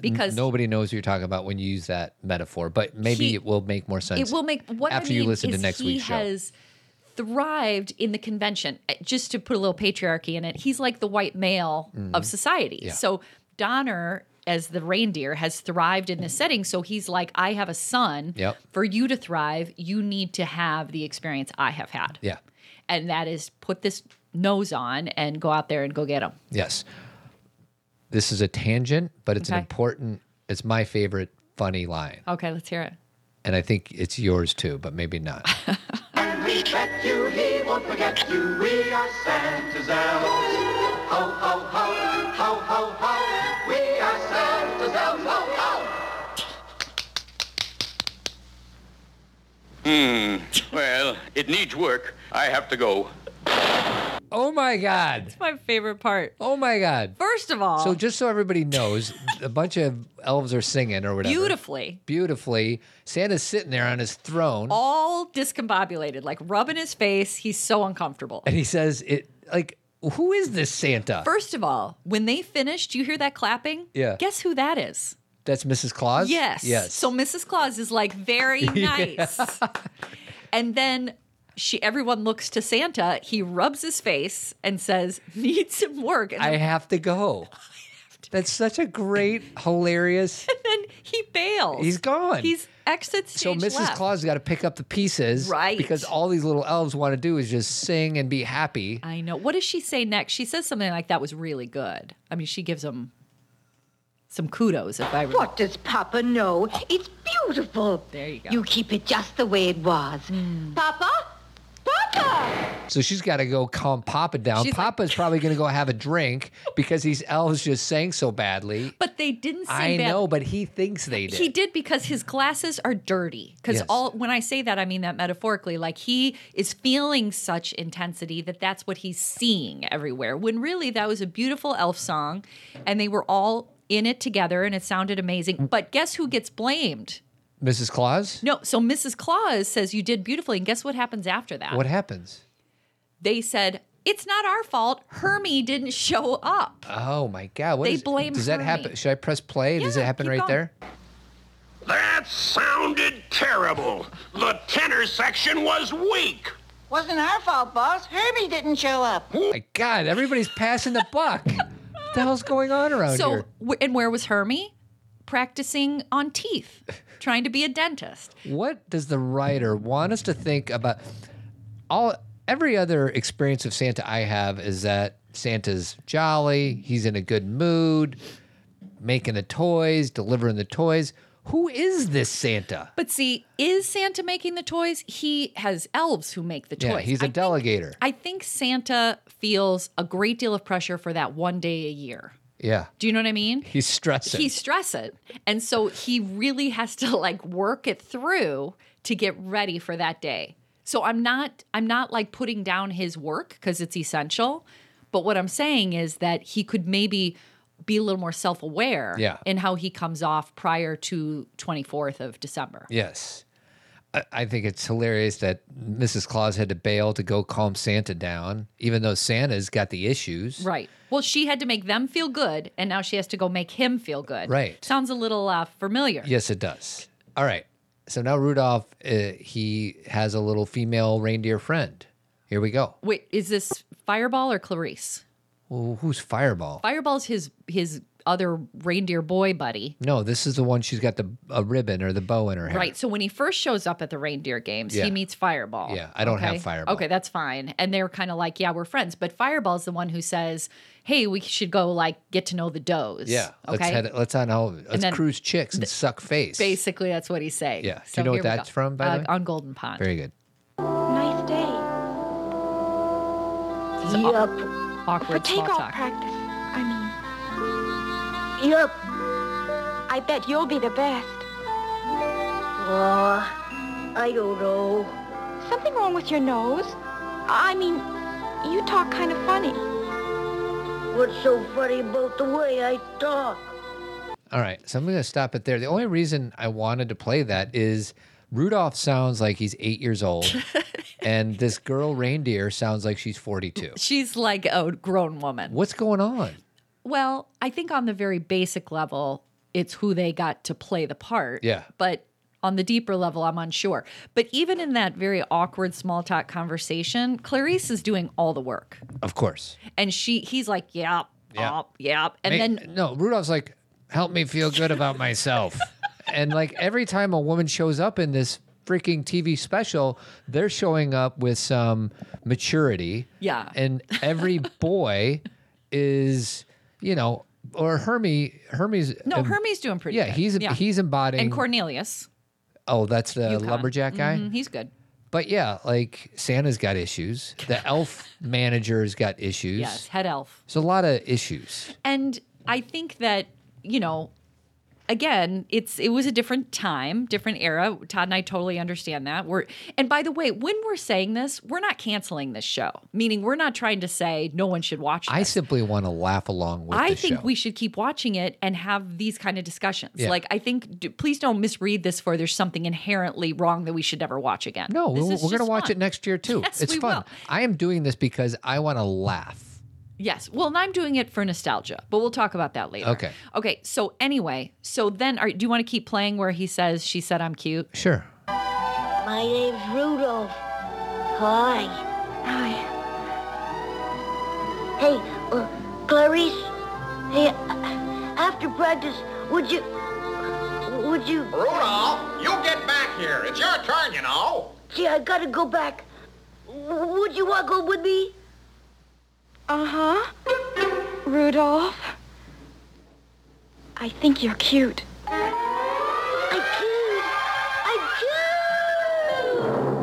S3: Because
S2: Nobody knows what you're talking about when you use that metaphor, but maybe
S3: He-
S2: it will make more sense.
S3: it will make what
S2: after
S3: I
S2: you
S3: mean
S2: listen to
S3: is
S2: next
S3: he
S2: week's show.
S3: has thrived in the convention. Uh, Just to put a little patriarchy in it, he's like the white male
S2: Mm-hmm.
S3: of society. So Donner as the reindeer has thrived in this setting so he's like i have a son
S2: Yep.
S3: for you to thrive you need to have the experience i have had
S2: yeah.
S3: and that is put this nose on and go out there and go get them.
S2: Yes. This is a tangent, but it's an
S3: Okay.
S2: important. It's my favorite funny line,
S3: Okay, let's hear it.
S2: and I think it's yours too, but maybe not.
S7: Well, it needs work. I have to go.
S2: oh my god!
S3: My favorite part.
S2: Oh my god!
S3: First of all,
S2: So just so everybody knows, a bunch of elves are singing or whatever.
S3: beautifully,
S2: beautifully. Santa's sitting there on his throne,
S3: all discombobulated, like rubbing his face. He's so uncomfortable.
S2: and he says, "It like who is this Santa?
S3: First of all, when they finished, you hear that clapping?
S2: Yeah.
S3: Guess who that is?
S2: That's Mrs. Claus.
S3: Yes.
S2: yes.
S3: So Mrs. Claus is like very nice. and then she everyone looks to Santa. He rubs his face and says, "Need some work." And
S2: I have to go. That's such a great, hilarious
S3: then he bails.
S2: He's gone.
S3: He's exit
S2: So
S3: stage
S2: Mrs.
S3: left.
S2: Claus has got to pick up the pieces,
S3: Right.
S2: Because all these little elves want to do is just sing and be happy.
S3: I know. What does she say next? She says something like that was really good. I mean, she gives him some kudos if I remember.
S5: What does Papa know? It's beautiful.
S3: There you go. Hmm.
S5: You keep it just the way it was. Papa? Papa!
S2: So she's got to go calm Papa down.
S3: She's
S2: Papa's probably going to go have a drink because these elves just sang so badly.
S3: But they didn't sing
S2: I
S3: bad.
S2: know, but he thinks they did.
S3: He did because his glasses are dirty. Because
S2: Yes.
S3: all when I say that, I mean that metaphorically. Like he is feeling such intensity that that's what he's seeing everywhere. When really that was a beautiful elf song, and they were all in it together, and it sounded
S2: Mm.
S3: amazing. But guess who gets blamed?
S2: Mrs. Claus,
S3: No, so Mrs. Claus says you did beautifully, and guess what happens after that?
S2: what happens?
S3: They said it's not our fault. Hermie didn't show up.
S2: Oh my God! What
S3: They
S2: is-
S3: blame
S2: Does that
S3: Hermie.
S2: happen? Should I press play? does it
S3: Yeah,
S2: happen
S3: keep
S2: right
S3: going.
S2: there?
S7: That sounded terrible. The tenor section was weak.
S5: Wasn't our fault, boss. Herbie didn't show up.
S2: My God! Everybody's passing the buck. what the hell's going on around
S3: So
S2: here?
S3: wh- and where was Hermie? Practicing on teeth, trying to be a dentist.
S2: What does the writer want us to think about? All every other experience of Santa I have is that Santa's jolly, he's in a good mood, making the toys, delivering the toys. Who is this Santa?
S3: But see, is Santa making the toys? He has elves who make the toys.
S2: Yeah, he's a
S3: I think-
S2: delegator.
S3: I think Santa feels a great deal of pressure for that one day a year.
S2: yeah,
S3: Do you know what I mean?
S2: he's stressing.
S3: He's stressing. And so he really has to like work it through to get ready for that day. So I'm not I'm not like putting down his work cuz it's essential, but what I'm saying is that he could maybe be a little more self-aware
S2: Yeah.
S3: in how he comes off prior to 24th of December.
S2: yes, I, I think it's hilarious that Mrs. Claus had to bail to go calm Santa down, even though Santa's got the issues.
S3: Right. Well, she had to make them feel good, and now she has to go make him feel good.
S2: Right.
S3: Sounds a little uh, familiar.
S2: Yes, it does. All right. So now Rudolph, uh, he has a little female reindeer friend. Here we go.
S3: Wait, is this Fireball or Clarice?
S2: Well, who's Fireball?
S3: Fireball's his his other reindeer boy buddy.
S2: no, this is the one she's got the a ribbon or the bow in her hair.
S3: Right. So when he first shows up at the reindeer games,
S2: Yeah.
S3: he meets Fireball.
S2: Yeah, I don't have Fireball.
S3: Okay, that's fine. And they're kind of like, yeah, we're friends. But Fireball's the one who says, hey, we should go like get to know the does.
S2: Yeah. Let's
S3: Okay.
S2: head. Let's on all. Let's
S3: then-
S2: cruise chicks and suck face.
S3: Basically, that's what he's saying.
S2: Yeah. Do you
S3: So
S2: know what
S3: here we go.
S2: that's from, by the
S3: uh,
S2: way?
S3: On Golden Pond.
S2: Very good.
S5: Nice day.
S3: It's an aw- awkward small
S5: takeoff
S3: talk.
S5: practice. I mean, yep. I bet you'll be the best. Uh, I don't know. Something wrong with your nose? I mean, you talk kind of funny. What's so funny about the way I talk?
S2: All right, so I'm going to stop it there. The only reason I wanted to play that is Rudolph sounds like he's eight years old, and this girl reindeer sounds like she's 42.
S3: She's like a grown woman.
S2: What's going on?
S3: Well, I think on the very basic level, it's who they got to play the part.
S2: Yeah.
S3: But on the deeper level, I'm unsure. But even in that very awkward small talk conversation, Clarice is doing all the work.
S2: Of course.
S3: And she he's like, Yep,
S2: Yeah.
S3: yep, yep. And
S2: Ma-
S3: then
S2: no, Rudolph's like, help me feel good about myself. and like every time a woman shows up in this freaking TV special, they're showing up with some maturity.
S3: Yeah.
S2: And every boy is, you know, or Hermie, Hermie's.
S3: no,
S2: em-
S3: oh, Hermes doing pretty
S2: Yeah,
S3: good.
S2: he's he's embodying.
S3: and Cornelius.
S2: oh, that's the
S3: Yukon.
S2: lumberjack guy.
S3: Mhm, he's good.
S2: But yeah, like Santa's got issues. The elf manager's got issues.
S3: Yes, head elf.
S2: There's a lot of issues.
S3: And I think that, you know, again, it's it was a different time, different era. Todd and I totally understand that. We're and by the way, when we're saying this, we're not canceling this show. Meaning we're not trying to say no one should watch
S2: I
S3: this.
S2: simply want to laugh along with
S3: I
S2: the
S3: think
S2: show.
S3: we should keep watching it and have these kind of discussions.
S2: Yeah.
S3: Like, I think, d- please don't misread this for there's something inherently wrong that we should never watch again.
S2: No,
S3: This
S2: we're,
S3: is
S2: we're going to
S3: just
S2: watch
S3: fun.
S2: it next year too.
S3: Yes,
S2: it's
S3: we
S2: fun.
S3: will.
S2: I am doing this because I want to laugh.
S3: Yes. Well, and I'm doing it for nostalgia, but we'll talk about that later.
S2: Okay.
S3: Okay. So anyway, so then, are, do you want to keep playing where he says, "She said I'm cute"?
S2: Sure.
S5: My name's Rudolph. Hi. Hi. Hey, uh, Clarice. Hey, uh, after practice, would you Would you?
S10: Rudolph, you get back here. It's your turn, you know.
S5: Gee, I gotta go back. W- would you want to go with me? Uh huh. Rudolph. I think you're cute. I cute. I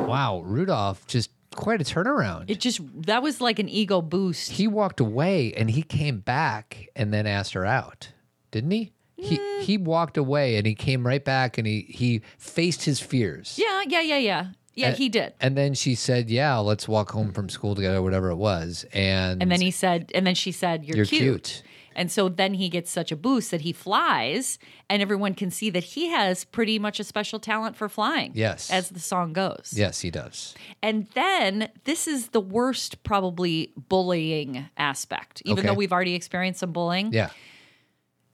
S2: Wow, Rudolph just quite a turnaround.
S3: It just that was like an ego boost.
S2: He walked away and he came back and then asked her out, didn't he? He he walked away and he came right back and he he faced his fears.
S3: Yeah, yeah, yeah, yeah. Yeah,
S2: And-
S3: he did.
S2: And then she said, "Yeah, let's walk home from school together, whatever it was." And
S3: And then he said, and then she said, "You're,
S2: You're
S3: cute.
S2: cute.
S3: And so then he gets such a boost that he flies, and everyone can see that he has pretty much a special talent for flying.
S2: Yes.
S3: as the song goes.
S2: yes, he does.
S3: And then this is the worst, probably bullying aspect, even
S2: Okay.
S3: though we've already experienced some bullying.
S2: Yeah.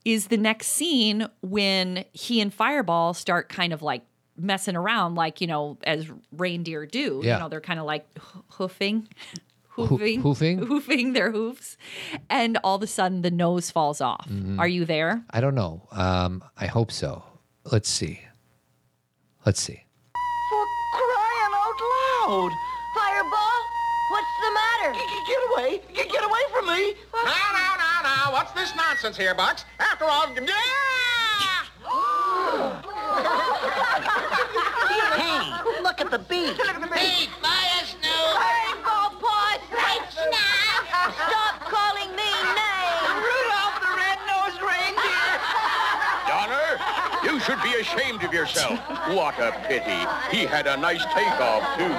S3: Is the next scene when he and Fireball start kind of like messing around, like, you know, as reindeer do.
S2: Yeah.
S3: You know, they're kind of like h- hoofing.
S2: Hoo-
S3: Hoofing,
S2: hoofing?
S3: hoofing their hoofs, and all of a sudden the nose falls off.
S2: Mm-hmm.
S3: Are you there?
S2: I don't know. Um, I hope so. Let's see. Let's see.
S5: crying out loud! Fireball, what's the matter? Get away! Get away from me!
S10: No, no, no, no. What's this nonsense here, Bucks? After all, yeah!
S5: Hey, look at the beak. Look at the beak. Hey, fire snoop. Fireball paws. Hey, snap. Stop calling me names. Rudolph the red-nosed reindeer.
S7: Donner, you should be ashamed of yourself. What a pity. He had a nice takeoff, too.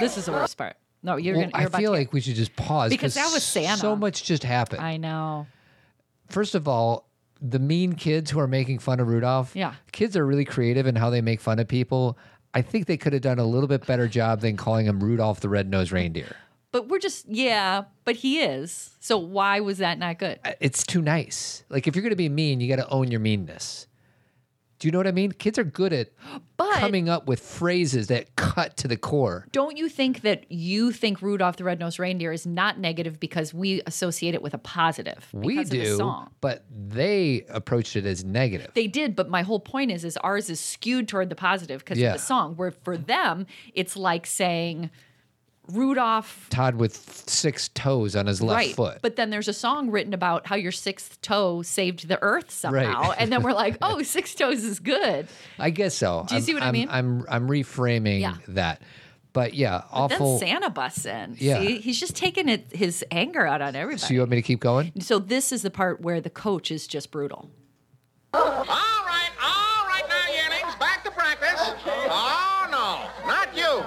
S3: This is the worst part. No, you're
S2: Well,
S3: gonna. You're
S2: I
S3: about
S2: feel
S3: to
S2: like we should just pause
S3: Because that was Santa.
S2: So much just happened.
S3: I know.
S2: First of all, the mean kids who are making fun of Rudolph.
S3: Yeah.
S2: Kids are really creative in how they make fun of people. I think they could have done a little bit better job than calling him Rudolph the Red-Nosed Reindeer.
S3: But we're just yeah, but he is. So why was that not good?
S2: It's too nice. Like if you're going to be mean, you got to own your meanness. Do you know what I mean? Kids are good at
S3: But-
S2: coming up with phrases that cut to the core.
S3: Don't you think that you think Rudolph the Red-Nosed Reindeer is not negative because we associate it with a positive?
S2: We
S3: because Of the
S2: do,
S3: song.
S2: but they approached it as negative.
S3: They did, but my whole point is, is ours is skewed toward the positive because
S2: Yeah.
S3: of the song. Where for them, it's like saying Rudolph,
S2: Todd with six toes on his left
S3: right?
S2: foot.
S3: But then there's a song written about how your sixth toe saved the earth somehow, and then we're like, oh, six toes is good.
S2: I guess so.
S3: Do you
S2: I'm-
S3: see what I
S2: I'm-
S3: mean?
S2: I'm I'm reframing
S3: Yeah.
S2: that. But yeah, awful.
S3: Then Santa busts in.
S2: Yeah.
S3: See, he's just taking it, his anger out on everybody.
S2: so you want me to keep going?
S3: So this is the part where the coach is just brutal.
S10: All right, all right now, yearlings. Back to practice. Oh, no, not you.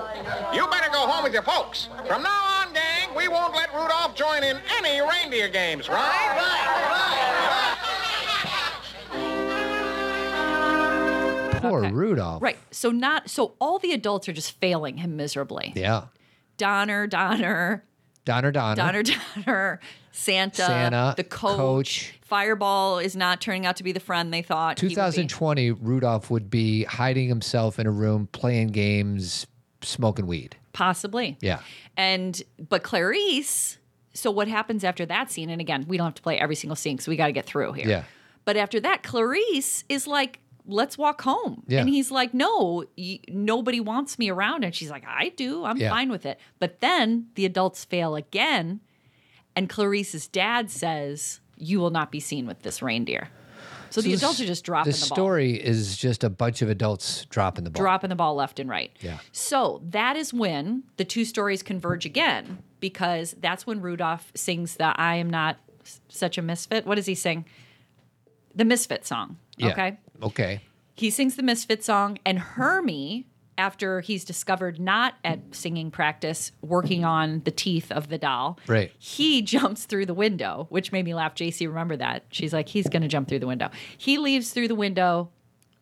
S10: You better go home with your folks. From now on, gang, we won't let Rudolph join in any reindeer games, right?
S2: Poor Rudolph.
S3: Right. So not so all the adults are just failing him miserably.
S2: Yeah.
S3: Donner, Donner,
S2: Donner Donner.
S3: Donner, Donner, Santa,
S2: Santa,
S3: the coach,
S2: coach.
S3: Fireball is not turning out to be the friend they thought. he would be.
S2: 2020, Rudolph would be hiding himself in a room, playing games, smoking weed.
S3: Possibly.
S2: Yeah.
S3: And but Clarice. So what happens after that scene? And again, we don't have to play every single scene because we got to get through here.
S2: Yeah.
S3: But after that, Clarice is like, "Let's walk home."
S2: Yeah.
S3: And he's like, "No, y- nobody wants me around." And she's like, "I do. I'm
S2: Yeah.
S3: fine with it." But then the adults fail again, and Clarice's dad says, "You will not be seen with this reindeer." So, the
S2: this-
S3: adults are just dropping
S2: This
S3: the ball
S2: story is just a bunch of adults dropping the ball.
S3: dropping the ball left and right.
S2: Yeah.
S3: So that is when the two stories converge again because that's when Rudolph sings the I am not s- such a misfit. What does he sing? The misfit song.
S2: Yeah.
S3: Okay.
S2: Okay.
S3: He sings the misfit song and Hermie after he's discovered not at singing practice working on the teeth of the doll.
S2: Right.
S3: He jumps through the window, which made me laugh. JC, remember that. She's like, he's going to jump through the window. He leaves through the window.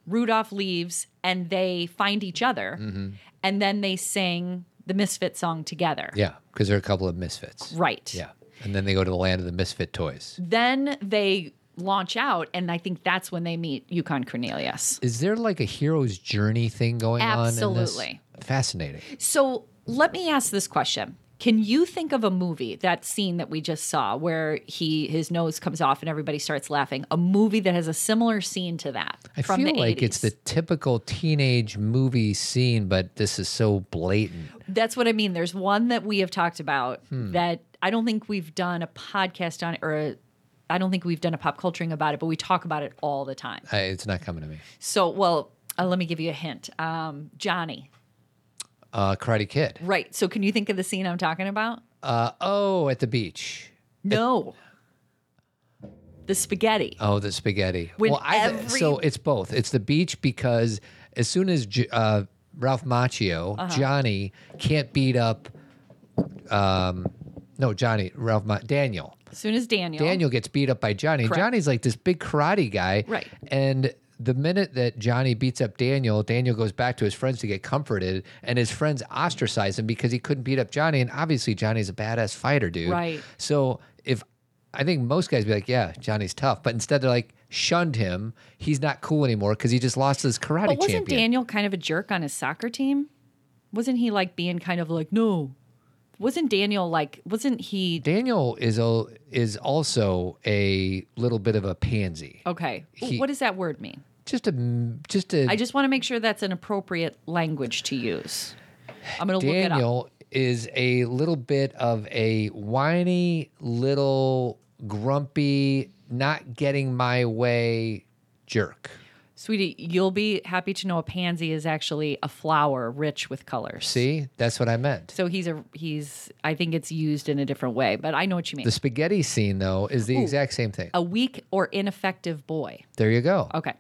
S3: Rudolph leaves and they find each other.
S2: Mm-hmm.
S3: And then they sing the Misfit song together.
S2: Yeah. Because they're a couple of misfits.
S3: Right.
S2: Yeah. And then they go to the land of the misfit toys.
S3: Then they launch out. And I think that's when they meet Yukon Cornelius.
S2: Is there like a hero's journey thing going on? in this?
S3: Absolutely.
S2: Fascinating.
S3: So let me ask this question Can you think of a movie that scene that we just saw where he his nose comes off and everybody starts laughing? A movie that has a similar scene to that
S2: I
S3: from
S2: feel
S3: the
S2: like
S3: 80s.
S2: it's the typical teenage movie scene, but this is so blatant.
S3: That's what I mean. There's one that we have talked about
S2: Hmm.
S3: that I don't think we've done a podcast on or I I don't think we've done a pop culturing about it, but we talk about it all the time.
S2: I, it's not coming to me.
S3: So, well, uh, let me give you a hint. Um, Johnny.
S2: Uh, Karate Kid.
S3: Right. So, can you think of the scene I'm talking about?
S2: Uh, oh, at the beach.
S3: No. The spaghetti.
S2: Oh, the spaghetti.
S3: When
S2: well, I th-
S3: every-
S2: so it's both. It's the beach because as soon as J- uh, Ralph Macchio,
S3: Uh-huh.
S2: Johnny can't beat up. Um, no, Johnny, Ralph, Ma- Daniel.
S3: As soon as Daniel.
S2: Daniel gets beat up by Johnny.
S3: Correct.
S2: Johnny's like this big karate guy.
S3: Right.
S2: And the minute that Johnny beats up Daniel, Daniel goes back to his friends to get comforted, and his friends ostracize him because he couldn't beat up Johnny. And obviously, Johnny's a badass fighter, dude.
S3: Right.
S2: So if I think most guys be like, yeah, Johnny's tough, but instead they're like, shunned him. He's not cool anymore because he just lost his karate
S3: But wasn't
S2: champion.
S3: Daniel kind of a jerk on his soccer team? Wasn't he like being kind of like, no? Wasn't Daniel like, wasn't he?
S2: Daniel is a, is also a little bit of a pansy.
S3: Okay.
S2: He-
S3: what does that word mean?
S2: Just a just a
S3: I just want to make sure that's an appropriate language to use. I'm going to look it up.
S2: Daniel is a little bit of a whiny, little grumpy, not getting my way jerk.
S3: Sweetie, you'll be happy to know a pansy is actually a flower rich with colors.
S2: See, that's what I meant.
S3: So he's a he's I think it's used in a different way, but I know what you mean.
S2: The spaghetti scene, though, is the
S3: Ooh.
S2: exact same thing.
S3: a weak or ineffective boy.
S2: There you go.
S3: Okay.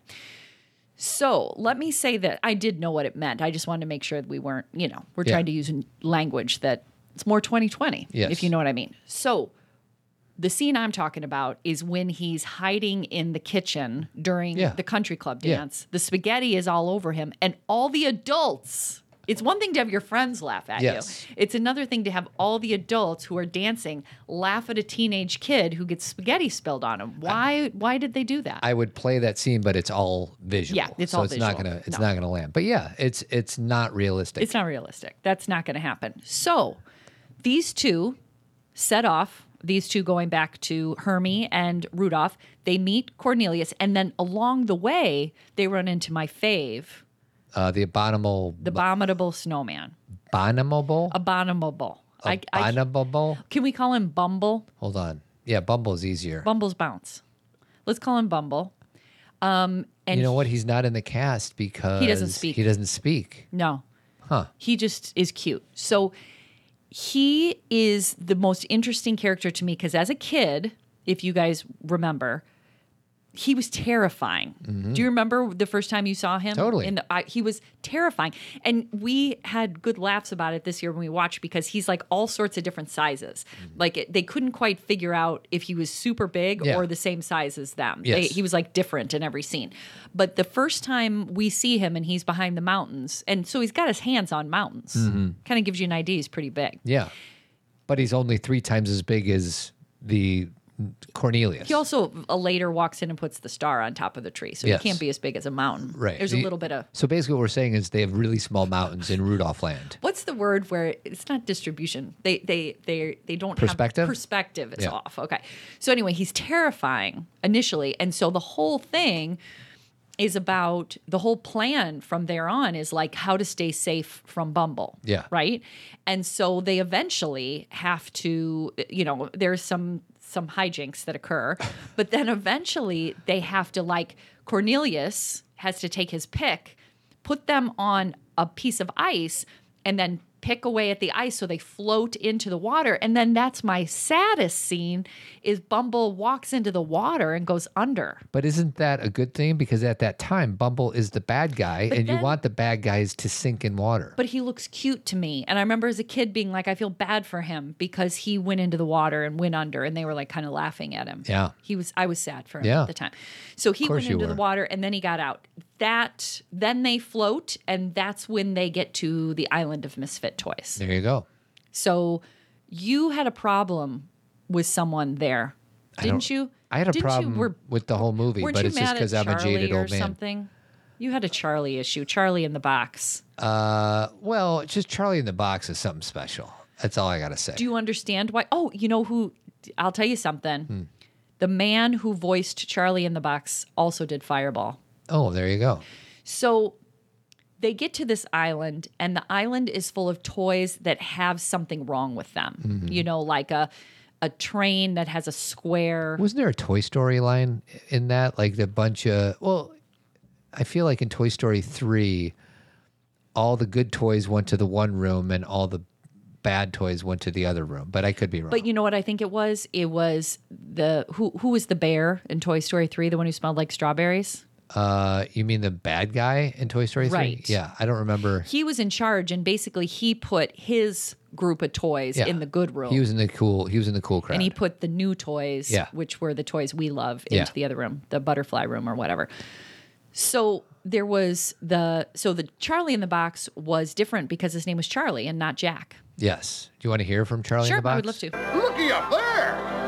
S3: So let me say that I did know what it meant. I just wanted to make sure that we weren't, you know, we're
S2: Yeah.
S3: trying to use n- language that it's more 2020,
S2: Yes.
S3: if you know what I mean. So the scene I'm talking about is when he's hiding in the kitchen during
S2: Yeah.
S3: the country club
S2: Yeah.
S3: dance. The spaghetti is all over him, and all the adults. It's one thing to have your friends laugh at
S2: Yes.
S3: you. It's another thing to have all the adults who are dancing laugh at a teenage kid who gets spaghetti spilled on him. Why? why did they do that?
S2: I would play that scene, but it's all visual.
S3: Yeah, it's
S2: so
S3: all
S2: it's not
S3: visual.
S2: gonna it's
S3: No.
S2: not gonna land. But yeah, it's it's not realistic.
S3: It's not realistic. That's not going to happen. So these two set off. These two going back to Hermie and Rudolph. They meet Cornelius, and then along the way, they run into my fave,
S2: uh, the abominable
S3: the abominable snowman.
S2: abominable
S3: Abominable. I, I,
S2: abominable.
S3: can we call him Bumble?
S2: Hold on. Yeah, Bumble's easier.
S3: Bumble's bounce. Let's call him Bumble. Um, and
S2: you know what? He's not in the cast because
S3: speak.
S2: He doesn't speak.
S3: No,
S2: Huh.
S3: He just is cute. So he is the most interesting character to me because as a kid, if you guys remember, he was terrifying. Do you remember the first time you saw him?
S2: Mm-hmm. Totally.
S3: In the, I, he was terrifying, and we had good laughs about it this year when we watched because he's like all sorts of different sizes. Like it, they couldn't quite figure out if he was super big
S2: Mm-hmm. Yeah.
S3: or the same size as them.
S2: Yes.
S3: They, he was like different in every scene. But the first time we see him and he's behind the mountains, and so he's got his hands on mountains.
S2: Mm-hmm.
S3: Kind of gives you an idea he's pretty big.
S2: Yeah. But he's only three times as big as the Cornelius.
S3: He also uh, later walks in and puts the star on top of the tree, so
S2: Yes.
S3: he can't be as big as a mountain.
S2: right.
S3: There's
S2: The-
S3: a little bit of
S2: So basically, what we're saying is they have really small mountains in Rudolph Land.
S3: what's the word where it's not distribution. They they they they don't
S2: Perspective?
S3: have perspective is
S2: Yeah.
S3: off. Okay. So anyway, he's terrifying initially, and so the whole thing is about the whole plan from there on is like how to stay safe from Bumble.
S2: Yeah.
S3: Right. And so they eventually have to, you know, there's some some hijinks that occur, but then eventually they have to like Cornelius has to take his pick, put them on a piece of ice, and then pick away at the ice so they float into the water. And then that's my saddest scene is Bumble walks into the water and goes under.
S2: But isn't that a good thing? Because at that time, Bumble is the bad guy,
S3: But
S2: and you
S3: then-
S2: want the bad guys to sink in water.
S3: but he looks cute to me. And I remember as a kid being like, I feel bad for him because he went into the water and went under, and they were like kind of laughing at him.
S2: Yeah.
S3: he was. I was sad for him
S2: Yeah.
S3: at the time. So he
S2: Of course
S3: went
S2: you
S3: into the
S2: were.
S3: water and then he got out. That then they float, and that's when they get to the island of misfit toys.
S2: There you go.
S3: So you had a problem with someone there,
S2: I
S3: didn't
S2: don't-
S3: you?
S2: I had a
S3: Didn't
S2: problem
S3: You? Were,
S2: with the whole movie,
S3: weren't
S2: but
S3: you
S2: it's just
S3: mad
S2: because
S3: at
S2: I'm a
S3: Charlie
S2: jaded
S3: or
S2: old man.
S3: something? You had a Charlie issue. Charlie in the box.
S2: Uh, well, just Charlie in the Box is something special. That's all I gotta say.
S3: Do you understand why? Oh, you know who? I'll tell you something.
S2: Hmm.
S3: The man who voiced Charlie in the Box also did Fireball.
S2: oh, there you go.
S3: So they get to this island, and the island is full of toys that have something wrong with them.
S2: Mhm.
S3: You know, like a a train that has a square.
S2: Wasn't there a Toy Story line in that? Like the bunch of well, I feel like in Toy Story three, all the good toys went to the one room and all the bad toys went to the other room. But I could be wrong.
S3: But you know what I think it was? It was the who who was the bear in Toy Story 3, the one who smelled like strawberries?
S2: uh, you mean the bad guy in Toy Story three?
S3: Right.
S2: Yeah, I don't remember.
S3: He was in charge and basically he put his group of toys
S2: Yeah.
S3: in the good room.
S2: He was in the cool. He was in the cool crowd.
S3: and he put the new toys,
S2: Yeah.
S3: which were the toys we love, into
S2: Yeah.
S3: the other room, the butterfly room or whatever. So there was the so the Charlie in the box was different because his name was Charlie and not Jack.
S2: yes. Do you want to hear from Charlie
S3: sure,
S2: in the box?
S3: I would love to.
S10: Looky up there!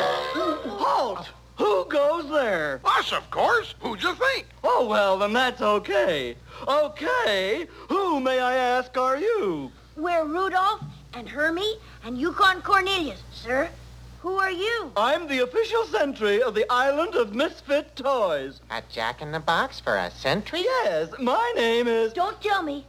S11: Halt! Who goes there? Us, of course. Who'd you think? Oh, well, then that's okay. Okay. Who, may I ask, are you?
S5: We're Rudolph and Hermie and Yukon Cornelius, sir. Who are you?
S11: I'm the official sentry of the Island of Misfit Toys. A jack in the box for a sentry? Yes. My name is...
S5: Don't tell me.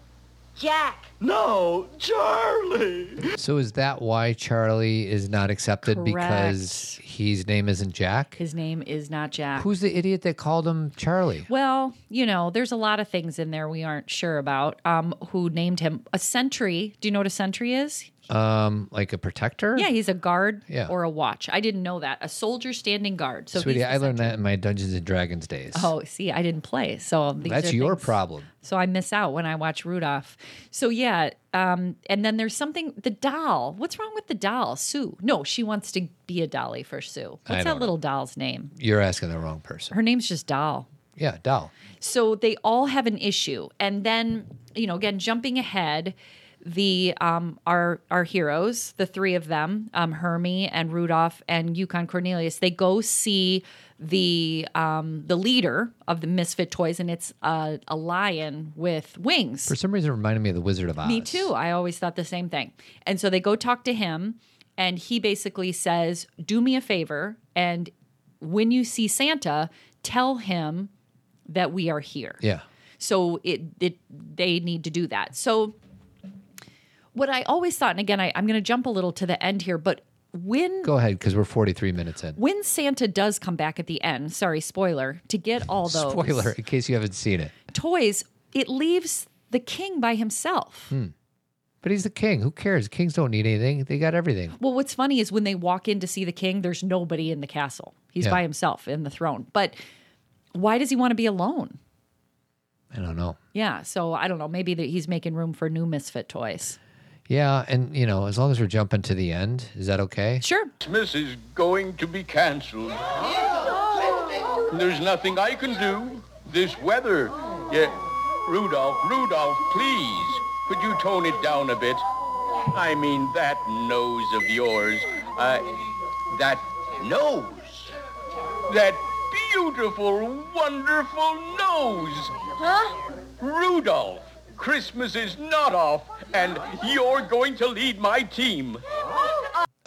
S5: Jack.
S11: No, Charlie.
S2: So is that why Charlie is not accepted because
S3: Correct.
S2: his name isn't Jack?
S3: His name is not Jack.
S2: Who's the idiot that called him Charlie?
S3: Well, you know, there's a lot of things in there we aren't sure about. Um, who named him a sentry? Do you know what a sentry is?
S2: Um, like a protector?
S3: Yeah, he's a guard
S2: Yeah.
S3: or a watch. I didn't know that. A soldier standing guard. So
S2: Sweetie,
S3: he's the
S2: I learned that in my Dungeons and Dragons days.
S3: Oh, see, I didn't play. So these
S2: That's
S3: are
S2: your
S3: things-
S2: problem.
S3: So I miss out when I watch Rudolph. So yeah, um, and then there's something the doll. What's wrong with the doll, Sue? No, she wants to be a dolly for Sue.
S2: I
S3: What's
S2: don't
S3: that little doll's name?
S2: You're asking the wrong person.
S3: Her name's just Doll.
S2: Yeah, doll.
S3: So they all have an issue, and then you know, again, jumping ahead, the um, our our heroes, the three of them, um, Hermie and Rudolph and Yukon Cornelius, they go see the um, the leader of the Misfit Toys, and it's a, a lion with wings.
S2: For some reason, it reminded me of the Wizard of Oz.
S3: Me too. I always thought the same thing. And so they go talk to him, and he basically says, Do me a favor. And when you see Santa, tell him that we are here.
S2: Yeah.
S3: So it, it they need to do that. So what I always thought, and again, I, I'm going to jump a little to the end here, but when
S2: Go ahead, because we're 43 minutes in.
S3: when Santa does come back at the end, sorry, spoiler, to get all those
S2: Spoiler, in case you haven't seen it.
S3: toys, it leaves the king by himself.
S2: Hmm. But he's the king. Who cares? Kings don't need anything. They got everything.
S3: Well, what's funny is when they walk in to see the king, there's nobody in the castle. He's
S2: Yeah.
S3: by himself in the throne. But why does he want to be alone?
S2: I don't know.
S3: Yeah, so I don't know. Maybe that he's making room for new misfit toys.
S2: Yeah, and you know, as long as we're jumping to the end, is that okay?
S3: Sure.
S7: Christmas is going to be canceled. There's nothing I can do. This weather. Yeah. Rudolph, Rudolph, please. Could you tone it down a bit? I mean, that nose of yours. Uh, that nose. That beautiful, wonderful nose.
S5: Huh?
S7: Rudolph, Christmas is not off, and you're going to lead my team.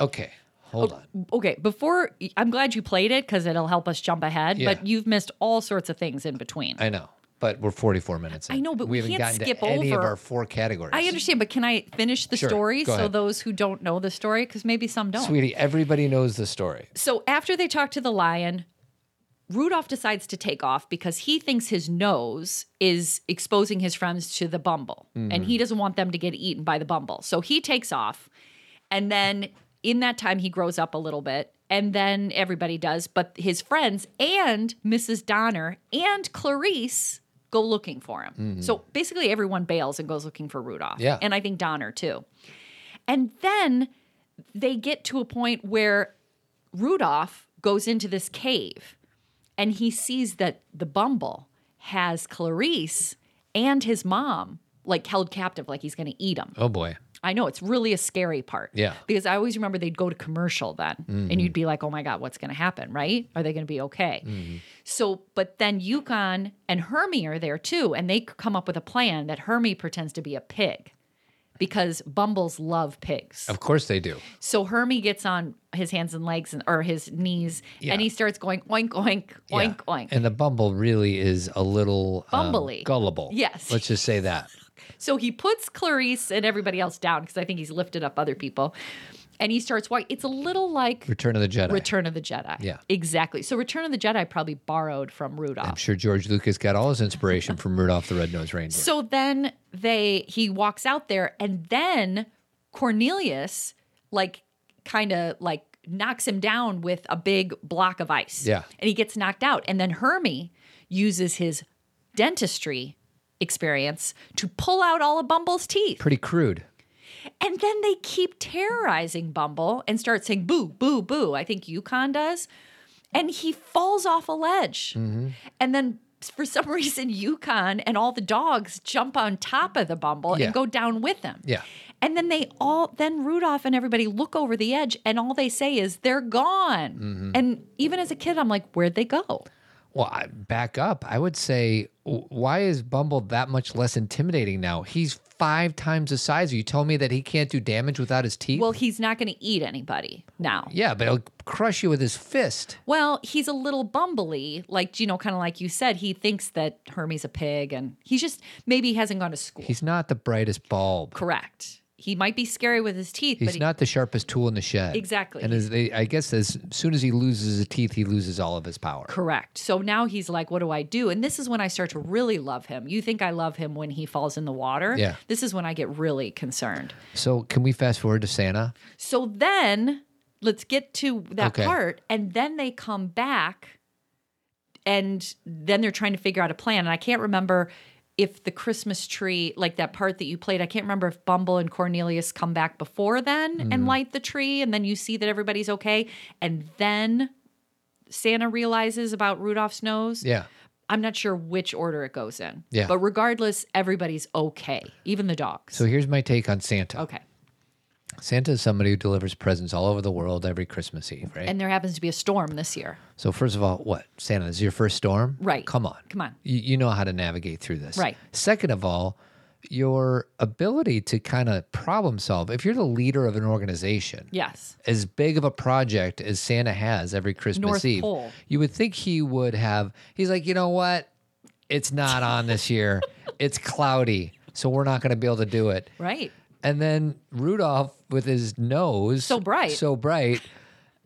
S2: Okay. Hold
S3: Oh.
S2: on.
S3: Okay, before I'm glad you played it because it'll help us jump ahead,
S2: Yeah.
S3: but you've missed all sorts of things in between.
S2: I know, but we're 44 minutes in.
S3: I know, but we
S2: haven't
S3: can't
S2: gotten
S3: skip
S2: to any of
S3: over.
S2: our four categories.
S3: I understand, but can I finish the
S2: Sure,
S3: story
S2: go
S3: so
S2: ahead.
S3: those who don't know the story, because maybe some don't.
S2: Sweetie, everybody knows the story.
S3: So after they talk to the lion, Rudolph decides to take off because he thinks his nose is exposing his friends to the bumble and
S5: Mhm.
S3: he doesn't want them to get eaten by the bumble. So he takes off. And then in that time, he grows up a little bit. And then everybody does. But his friends and Mrs. Donner and Clarice go looking for him.
S5: Mhm.
S3: So basically, everyone bails and goes looking for Rudolph.
S5: Yeah.
S3: And I think Donner too. And then they get to a point where Rudolph goes into this cave and he sees that the bumble has Clarice and his mom like held captive, like he's going to eat them.
S2: Oh boy.
S3: I know it's really a scary part.
S2: Yeah.
S3: Because I always remember they'd go to commercial then
S2: Mhm.
S3: and you'd be like, oh my God, what's going to happen? Right? Are they going to be okay?
S2: Mhm.
S3: So, but then Yukon and Hermie are there too. And they come up with a plan that Hermie pretends to be a pig because Bumbles love pigs.
S2: Of course they do.
S3: So Hermie gets on his hands and legs and or his knees
S2: Yeah.
S3: and he starts going oink, oink, oink, oink.
S2: And the bumble really is a little um,
S3: Bumbly.
S2: gullible.
S3: Yes.
S2: Let's just say that.
S3: So he puts Clarice and everybody else down because I think he's lifted up other people. And he starts walking. It's a little like
S2: Return of the Jedi.
S3: Return of the Jedi.
S2: Yeah.
S3: Exactly. So Return of the Jedi probably borrowed from
S2: I'm
S3: Rudolph.
S2: sure George Lucas got all his inspiration from Rudolph the Red-Nosed Reindeer.
S3: So then they he walks out there and then Cornelius like kind of like knocks him down with a big block of ice.
S2: Yeah.
S3: And he gets knocked out and then Hermie uses his dentistry experience to pull out all of Bumble's teeth.
S2: Pretty crude.
S3: And then they keep terrorizing Bumble and start saying boo, boo, boo. I think Yukon does. And he falls off a ledge.
S2: Mm-hmm.
S3: And then for some reason, Yukon and all the dogs jump on top of the Bumble
S2: Yeah.
S3: and go down with him.
S2: Yeah.
S3: And then they all, then Rudolph and everybody look over the edge and all they say is, they're gone.
S2: Mm-hmm.
S3: And even as a kid, I'm like, where'd they go?
S2: Well, I, back up. I would say, w- why is Bumble that much less intimidating now? He's five times the size. You tell me that he can't do damage without his teeth?
S3: Well, he's not going to eat anybody now.
S2: yeah, but he'll crush you with his fist.
S3: Well, he's a little bumbly, like you know, kind of like you said. He thinks that Hermie's a pig, and he's just maybe he hasn't gone to school.
S2: He's not the brightest bulb.
S3: Correct. He might be scary with his teeth, but
S2: He's
S3: he,
S2: not the sharpest tool in the shed.
S3: Exactly.
S2: And
S3: He's-
S2: as they, I guess as soon as he loses his teeth, he loses all of his power.
S3: correct. So now he's like, "What do I do?" And this is when I start to really love him. You think I love him when he falls in the water?
S2: Yeah.
S3: This is when I get really concerned.
S2: So can we fast forward to Santa?
S3: So then let's get to that
S2: Okay.
S3: part. And then they come back and then they're trying to figure out a plan. And I can't remember if the Christmas tree, like that part that you played, I can't remember if Bumble and Cornelius come back before then and
S2: Mm.
S12: Mhm.
S3: light the tree. And then you see that everybody's okay. And then Santa realizes about Rudolph's nose.
S2: Yeah.
S3: I'm not sure which order it goes in.
S2: Yeah.
S3: But regardless, everybody's okay, even the dogs.
S2: So here's my take on Santa.
S3: Okay.
S2: Santa is somebody who delivers presents all over the world every Christmas Eve, right?
S3: And there happens to be a storm this year.
S2: so first of all, what Santa this is your first storm?
S3: Right.
S2: Come on.
S3: Come on.
S2: You, you know how to navigate through this.
S3: Right.
S2: Second of all, your ability to kind of problem solve. If you're the leader of an organization,
S3: Yes.
S2: as big of a project as Santa has every Christmas
S3: North
S2: Eve,
S3: Pole.
S2: you would think he would have. He's like, you know what? It's not on this year. it's cloudy, so we're not going to be able to do it.
S3: Right.
S2: And then Rudolph with his nose so
S3: bright,
S2: so bright,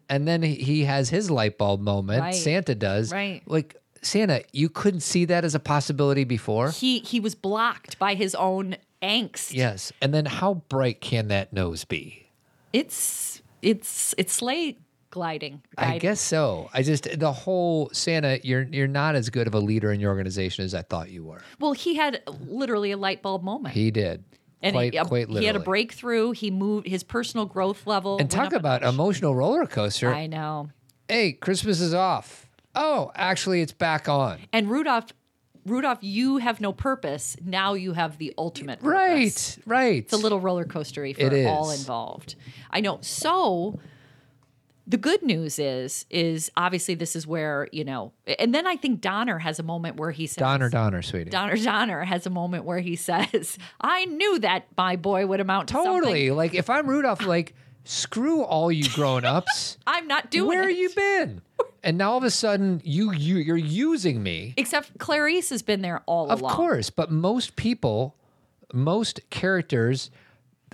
S2: and then he- he has his light bulb moment.
S3: Right.
S2: Santa does
S3: Right.
S2: Like Santa, you couldn't see that as a possibility before.
S3: He he was blocked by his own angst.
S2: yes. And then how bright can that nose be?
S3: It's it's it's sleigh gliding.
S2: I
S3: guiding.
S2: guess so. I just the whole Santa, you're you're not as good of a leader in your organization as I thought you were.
S3: Well, he had literally a light bulb moment.
S2: He did.
S3: and
S2: quite
S3: he, a-
S2: quite literally.
S3: he had a breakthrough. He moved his personal growth level.
S2: and
S3: went
S2: talk
S3: up
S2: about emotional roller coaster.
S3: I know.
S2: Hey, Christmas is off. Oh, actually it's back on.
S3: And Rudolph, Rudolph, you have no purpose. Now you have the ultimate. Right,
S2: right. It's
S3: a little roller coastery for
S2: It is.
S3: all involved. I know. So the good news is, is obviously this is where you know. And then I think Donner has a moment where he says,
S2: Donner Donner, sweetie.
S3: Donner Donner has a moment where he says, "I knew that my boy would amount to
S2: Totally.
S3: something.
S2: Like if I'm Rudolph, like, screw all you grown ups.
S3: I'm not doing
S2: Where
S3: it."
S2: you been? And now all of a sudden you you you're using me.
S3: Except Clarice has been there all
S2: Of
S3: along.
S2: course, but most people, most characters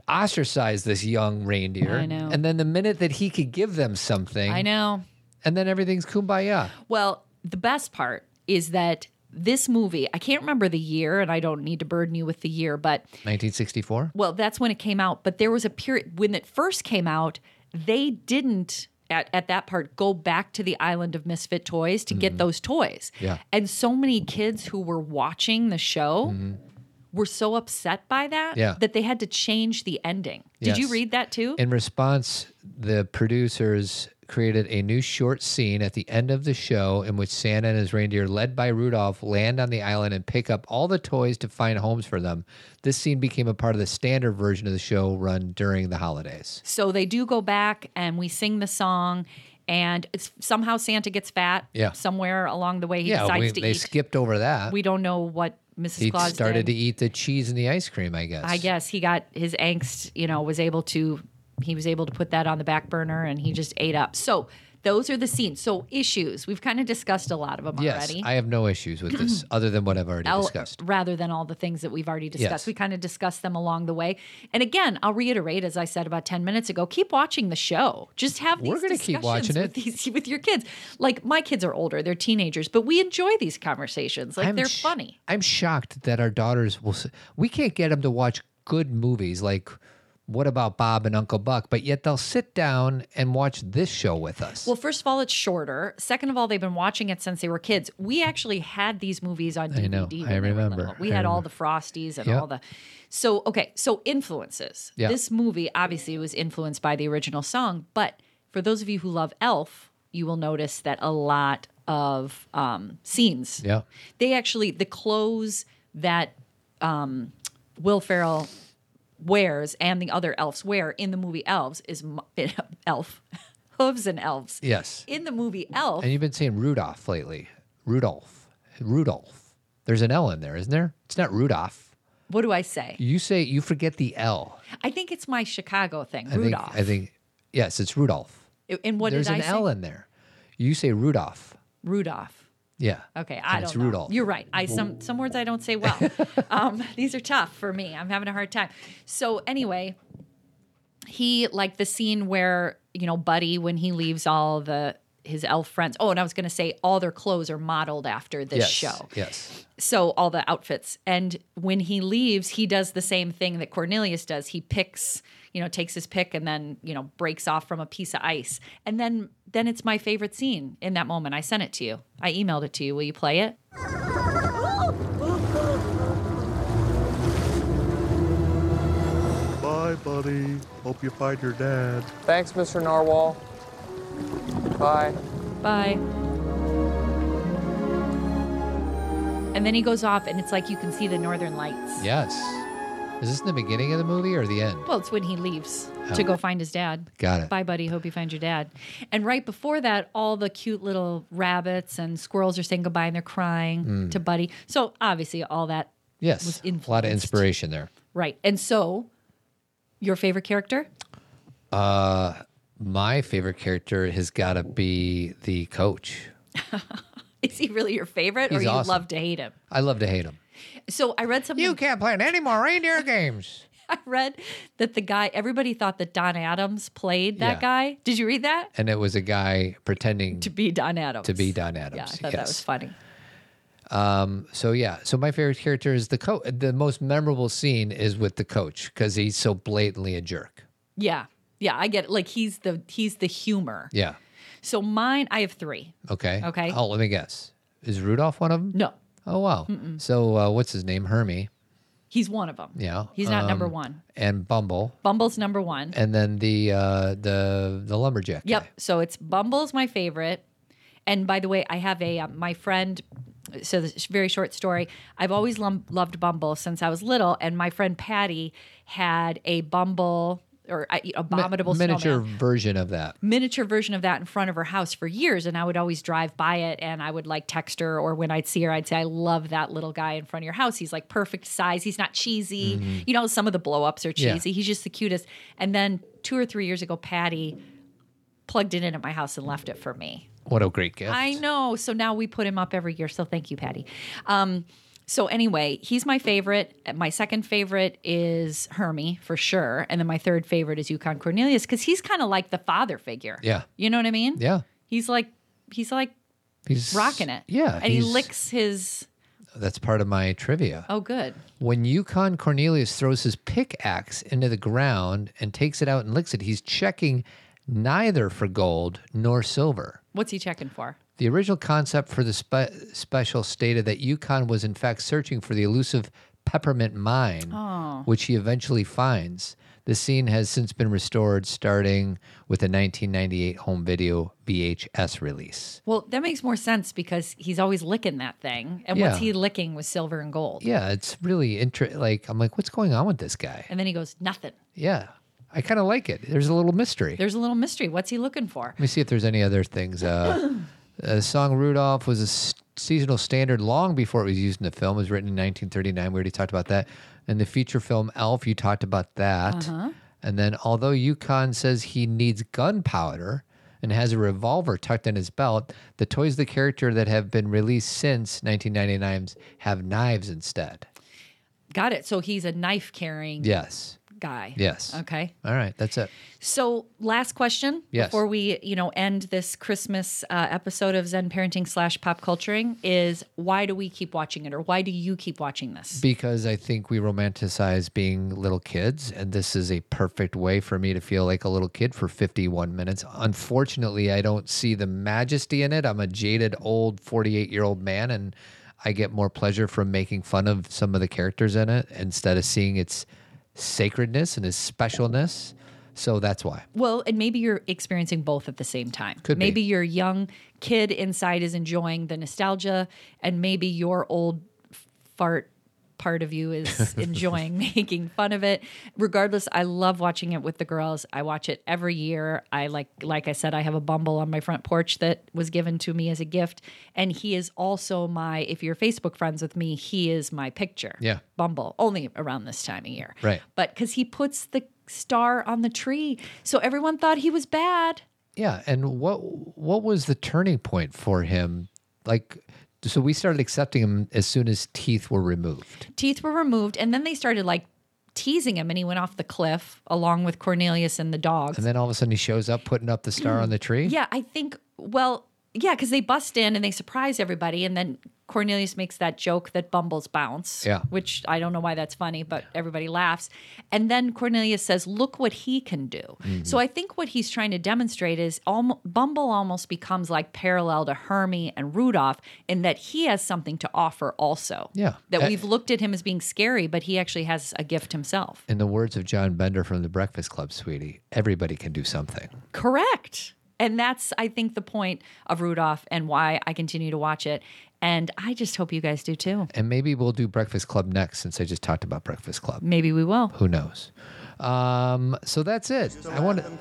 S2: ostracize this young reindeer.
S3: I know.
S2: And then the minute that he could give them something,
S3: I know.
S2: And then everything's kumbaya.
S3: Well, the best part is that this movie, I can't remember the year, and I don't need to burden you with the year, but
S2: 1964.
S3: well, that's when it came out. But there was a period when it first came out, they didn't at, at that part go back to the island of misfit toys to get those toys.
S2: Mm-hmm. Yeah.
S3: And so many kids who were watching the show were so upset by that
S2: Mm-hmm. Yeah.
S3: that they had to change the ending. Did you
S2: Yes.
S3: read that too?
S2: In response, the producers created a new short scene at the end of the show in which Santa and his reindeer, led by Rudolph, land on the island and pick up all the toys to find homes for them. This scene became a part of the standard version of the show run during the holidays.
S3: So they do go back and we sing the song, and it's somehow Santa gets fat.
S2: Yeah.
S3: Somewhere along the way, he
S2: yeah,
S3: decides
S2: we,
S3: to
S2: they
S3: eat.
S2: skipped over that.
S3: we don't know what Mrs.
S2: he
S3: Claus
S2: started to
S3: did.
S2: eat the cheese and the ice cream, I guess.
S3: I guess he got his angst. You know, was able to he was able to put that on the back burner, and he just ate up. So those are the scenes. So issues we've kind of discussed a lot of them
S2: yes,
S3: already.
S2: I have no issues with this other than what I've already
S3: I'll-
S2: discussed.
S3: Rather than all the things that we've already discussed,
S2: Yes.
S3: we kind of discussed them along the way. And again, I'll reiterate, as I said about 10 minutes ago, keep watching the show. Just have these
S2: We're gonna keep
S3: discussions
S2: watching
S3: with,
S2: it.
S3: these, with your kids. Like, my kids are older, they're teenagers, but we enjoy these conversations. Like,
S2: I'm
S3: they're
S2: sh-
S3: funny.
S2: I'm shocked that our daughters will. s we can't get them to watch good movies like What About Bob and Uncle Buck, but yet they'll sit down and watch this show with us.
S3: Well, first of all, it's shorter. Second of all, they've been watching it since they were kids. We actually had these movies on DVD.
S2: I know.
S3: when
S2: I
S3: they were
S2: remember.
S3: little. We
S2: I
S3: had all
S2: remember.
S3: the Frosties and
S2: Yep.
S3: all the. So okay, so influences.
S2: Yeah.
S3: This movie obviously was influenced by the original song, but for those of you who love Elf, you will notice that a lot of um, scenes.
S2: yeah,
S3: They actually the clothes that um, Will Ferrell wears and the other elves wear in the movie Elves is mu- elf hooves and elves.
S2: yes.
S3: In the movie Elf,
S2: And you've been saying Rudolph lately. Rudolph, Rudolph. There's an L in there, isn't there? It's not Rudolph.
S3: what do I say?
S2: You say you forget the L.
S3: I think it's my Chicago thing,
S2: I
S3: Rudolph.
S2: think. I think. Yes, it's Rudolph.
S3: and what
S2: There's
S3: did I
S2: an
S3: say?
S2: L in there. You say Rudolph.
S3: Rudolph.
S2: Yeah.
S3: Okay,
S2: And
S3: I don't
S2: it's
S3: know.
S2: Rudolph.
S3: You're right. I some some words I don't say well. um, these are tough for me. I'm having a hard time. So anyway, he like the scene where you know Buddy when he leaves all the his elf friends. Oh, and I was going to say all their clothes are modeled after this
S2: yes,
S3: show.
S2: Yes.
S3: So all the outfits. And when he leaves, he does the same thing that Cornelius does. He picks, you know, takes his pick and then, you know, breaks off from a piece of ice. And then then it's my favorite scene in that moment. I sent it to you. I emailed it to you. Will you play it?
S12: Bye, buddy. Hope you find your dad.
S13: Thanks, Mr. Narwhal. Bye.
S3: Bye. And then he goes off and it's like you can see the northern lights.
S2: Yes. Is this in the beginning of the movie or the end?
S3: Well, it's when he leaves
S2: Oh.
S3: to go find his dad.
S2: Got it.
S3: Bye, buddy. Hope you find your dad. And right before that, all the cute little rabbits and squirrels are saying goodbye and they're crying
S2: Mm.
S3: to Buddy. So obviously, all that was
S2: Yes.
S3: influenced.
S2: A lot of inspiration there.
S3: Right. And so, your favorite character?
S2: Uh, my favorite character has got to be the coach.
S3: Is he really your favorite or
S2: He's
S3: you
S2: awesome.
S3: love to hate him?
S2: I love to hate him.
S3: So I read something. You
S2: can't play any more reindeer games.
S3: I read that the guy, everybody thought that Don Adams played that
S2: Yeah.
S3: guy. Did you read that?
S2: And it was a guy pretending
S3: To be Don Adams.
S2: to be Don
S3: Yeah, I
S2: Adams.
S3: thought that was
S2: yes.
S3: funny.
S2: Um, so yeah, so my favorite character is the coach. The most memorable scene is with the coach because he's so blatantly a jerk.
S3: Yeah. Yeah, I get it. Like he's the he's the humor.
S2: Yeah.
S3: So mine, I have three.
S2: Okay.
S3: Okay.
S2: Oh, let me guess. Is Rudolph one of them?
S3: No.
S2: Oh wow.
S3: Mm-mm.
S2: So uh, what's his name? Hermie.
S3: He's one of them.
S2: Yeah.
S3: He's not number
S2: Um,
S3: one.
S2: And Bumble.
S3: Bumble's number one.
S2: And then the uh, the the lumberjack.
S3: Yep. So it's Bumble's my favorite. And by the way, I have a um, my friend. So this is a very short story. I've always lum- loved Bumble since I was little, and my friend Patty had a Bumble or uh,
S2: Mi-
S3: abominable
S2: miniature
S3: snowman.
S2: version of that.
S3: miniature version of that in front of her house for years and I would always drive by it and I would like text her or when I'd see her I'd say I love that little guy in front of your house he's like perfect size he's not cheesy
S14: Mhm.
S3: you know some of the blow ups are
S14: Yeah.
S3: cheesy he's just the cutest and then 2 or 3 years ago Patty plugged it in at my house and left it for me
S2: What a great gift.
S3: I know. So now we put him up every year. So thank you, Patty. Um, so anyway, he's my favorite. My second favorite is Hermie for sure, and then my third favorite is Yukon Cornelius because he's kind of like the father figure.
S2: Yeah.
S3: you know what I mean.
S2: Yeah.
S3: he's like he's like
S2: He's
S3: rocking it.
S2: Yeah.
S3: and he
S2: he's-
S3: licks his.
S2: That's part of my trivia.
S3: Oh, good.
S2: When Yukon Cornelius throws his pickaxe into the ground and takes it out and licks it, he's checking neither for gold nor silver.
S3: What's he checking for?
S2: The original concept for the spe- special stated that Yukon was in fact searching for the elusive peppermint mine,
S3: Oh.
S2: which he eventually finds. The scene has since been restored, starting with a 1998 home video VHS release.
S3: Well, that makes more sense because he's always licking that thing. And
S2: Yeah.
S3: what's he licking was silver and gold.
S2: Yeah, it's really interesting. Like, I'm like, what's going on with this guy?
S3: And then he goes, nothing.
S2: Yeah, I kind of like it. There's a little mystery.
S3: There's a little mystery. What's he looking for?
S2: Let me see if there's any other things. Uh, the song Rudolph was a s- seasonal standard long before it was used in the film. It was written in 1939. We already talked about that. And the feature film Elf, you talked about that.
S3: Uh-huh.
S2: And then, although Yukon says he needs gunpowder and has a revolver tucked in his belt, the toys of the character that have been released since 1999 have knives instead.
S3: Got it. So he's a knife carrying
S2: Yes.
S3: guy.
S2: Yes.
S3: Okay.
S2: All right. That's it.
S3: So, last question
S2: Yes.
S3: before we, you know, end this Christmas uh, episode of Zen Parenting slash Pop Culturing is why do we keep watching it, or why do you keep watching this?
S2: Because I think we romanticize being little kids, and this is a perfect way for me to feel like a little kid for 51 minutes. Unfortunately, I don't see the majesty in it. I'm a jaded old 48 year old man, and I get more pleasure from making fun of some of the characters in it instead of seeing its sacredness and its specialness. So that's why.
S3: Well, and maybe you're experiencing both at the same time.
S2: Could be.
S3: maybe your young kid inside is enjoying the nostalgia, and maybe your old fart part of you is enjoying making fun of it. Regardless, I love watching it with the girls. I watch it every year. I like like I said I have a Bumble on my front porch that was given to me as a gift and he is also my if you're Facebook friends with me, he is my picture.
S2: Yeah.
S3: Bumble only around this time of year.
S2: Right.
S3: But because he puts the star on the tree. So everyone thought he was bad.
S2: Yeah, and what what was the turning point for him? Like, so we started accepting him as soon as teeth were removed.
S3: Teeth were removed, and then they started like teasing him, and he went off the cliff along with Cornelius and the dogs.
S2: And then all of a sudden he shows up putting up the star on the tree.
S3: Yeah, I think, well, yeah, because they bust in and they surprise everybody, and then Cornelius makes that joke that Bumbles bounce.
S2: Yeah.
S3: Which I don't know why that's funny, but everybody laughs. And then Cornelius says, Look what he can do.
S2: Mm-hmm.
S5: Mhm.
S3: So I think what he's trying to demonstrate is alm- Bumble almost becomes like parallel to Hermie and Rudolph in that he has something to offer also.
S2: Yeah.
S3: That
S2: Uh,
S3: we've looked at him as being scary, but he actually has a gift himself.
S2: In the words of John Bender from The Breakfast Club, sweetie, everybody can do something.
S3: Correct. And that's, I think, the point of Rudolph and why I continue to watch it. And I just hope you guys do too.
S2: And maybe we'll do Breakfast Club next since I just talked about Breakfast Club.
S3: Maybe we will.
S2: Who knows? Um, so that's it. I want to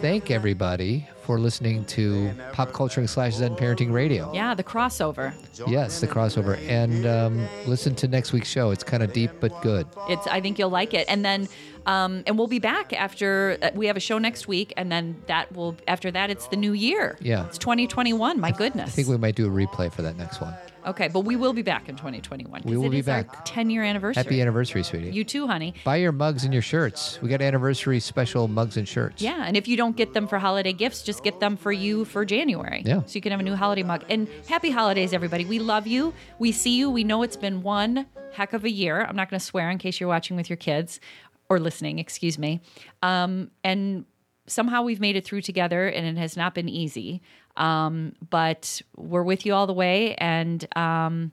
S2: thank everybody for listening to Pop Culturing slash Zen Parenting Radio.
S3: Yeah, the crossover.
S2: Yes, the crossover. And um, listen to next week's show. It's kind of deep but good.
S3: It's. I think you'll like it. And then, um, and we'll be back after uh, we have a show next week. And then that will after that, it's the new year.
S2: Yeah.
S3: It's 2021. My
S2: I
S3: goodness.
S2: think we might do a replay for that next one.
S3: okay, but we will be back in 2021. 'cause
S2: We will
S3: it
S2: be
S3: is our 10 year anniversary.
S2: Happy anniversary, sweetie.
S3: You too, honey.
S2: Buy your mugs and your shirts. We got anniversary special mugs and shirts.
S3: Yeah, and if you don't get them for holiday gifts, just get them for you for January.
S2: Yeah.
S3: So you can have a new holiday mug. And happy holidays, everybody. We love you. We see you. We know it's been one heck of a year. I'm not going to swear in case you're watching with your kids or listening, excuse me. Um, and somehow we've made it through together, and it has not been easy. Um, but we're with you all the way, and um,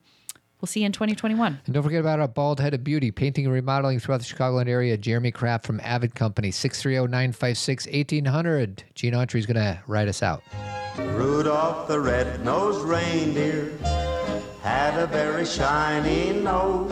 S3: we'll see you in 2021.
S2: And don't forget about our bald headed beauty, painting and remodeling throughout the Chicagoland area, Jeremy Kraft from Avid Company, oh, 630 956 1800. Gene Autry's going to ride us out.
S1: Rudolph the red-nosed reindeer had a very shiny nose.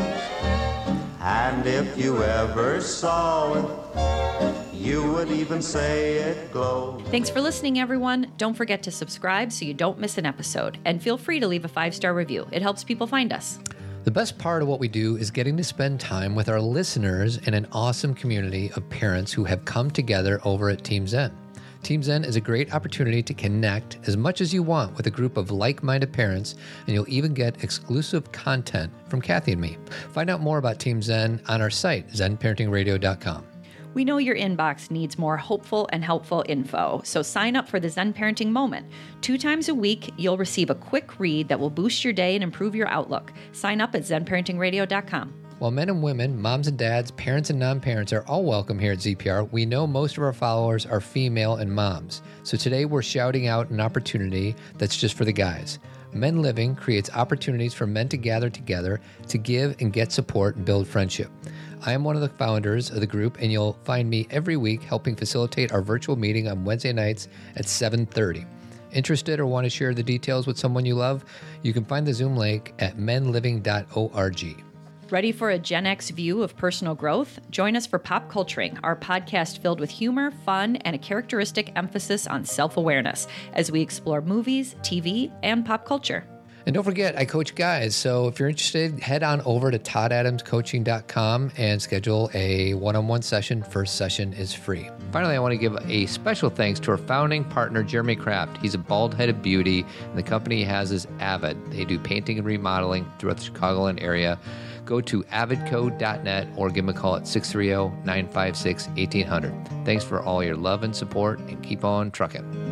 S1: And if you ever saw it, you would even say it glowed.
S3: Thanks for listening, everyone. Don't forget to subscribe so you don't miss an episode. And feel free to leave a five star review, it helps people find us.
S2: The best part of what we do is getting to spend time with our listeners in an awesome community of parents who have come together over at Team Zen. Team Zen is a great opportunity to connect as much as you want with a group of like minded parents, and you'll even get exclusive content from Kathy and me. Find out more about Team Zen on our site, zenparentingradio.com.
S3: We know your inbox needs more hopeful and helpful info, so sign up for the Zen Parenting Moment. Two times a week, you'll receive a quick read that will boost your day and improve your outlook. Sign up at zenparentingradio.com.
S2: While men and women, moms and dads, parents and non parents are all welcome here at ZPR, we know most of our followers are female and moms. So today we're shouting out an opportunity that's just for the guys. Men Living creates opportunities for men to gather together to give and get support and build friendship. I am one of the founders of the group, and you'll find me every week helping facilitate our virtual meeting on Wednesday nights at 7:30. Interested or want to share the details with someone you love? You can find the Zoom link at menliving.org.
S3: Ready for a Gen X view of personal growth? Join us for Pop Culturing, our podcast filled with humor, fun, and a characteristic emphasis on self awareness as we explore movies, TV, and pop culture.
S2: And don't forget, I coach guys. So if you're interested, head on over to toddadamscoaching.com and schedule a one on one session. First session is free. Finally, I want to give a special thanks to our founding partner, Jeremy Kraft. He's a bald headed beauty, and the company he has is Avid. They do painting and remodeling throughout the Chicagoland area. Go to avidco.net or give them a call at 630 956 1800. Thanks for all your love and support, and keep on trucking.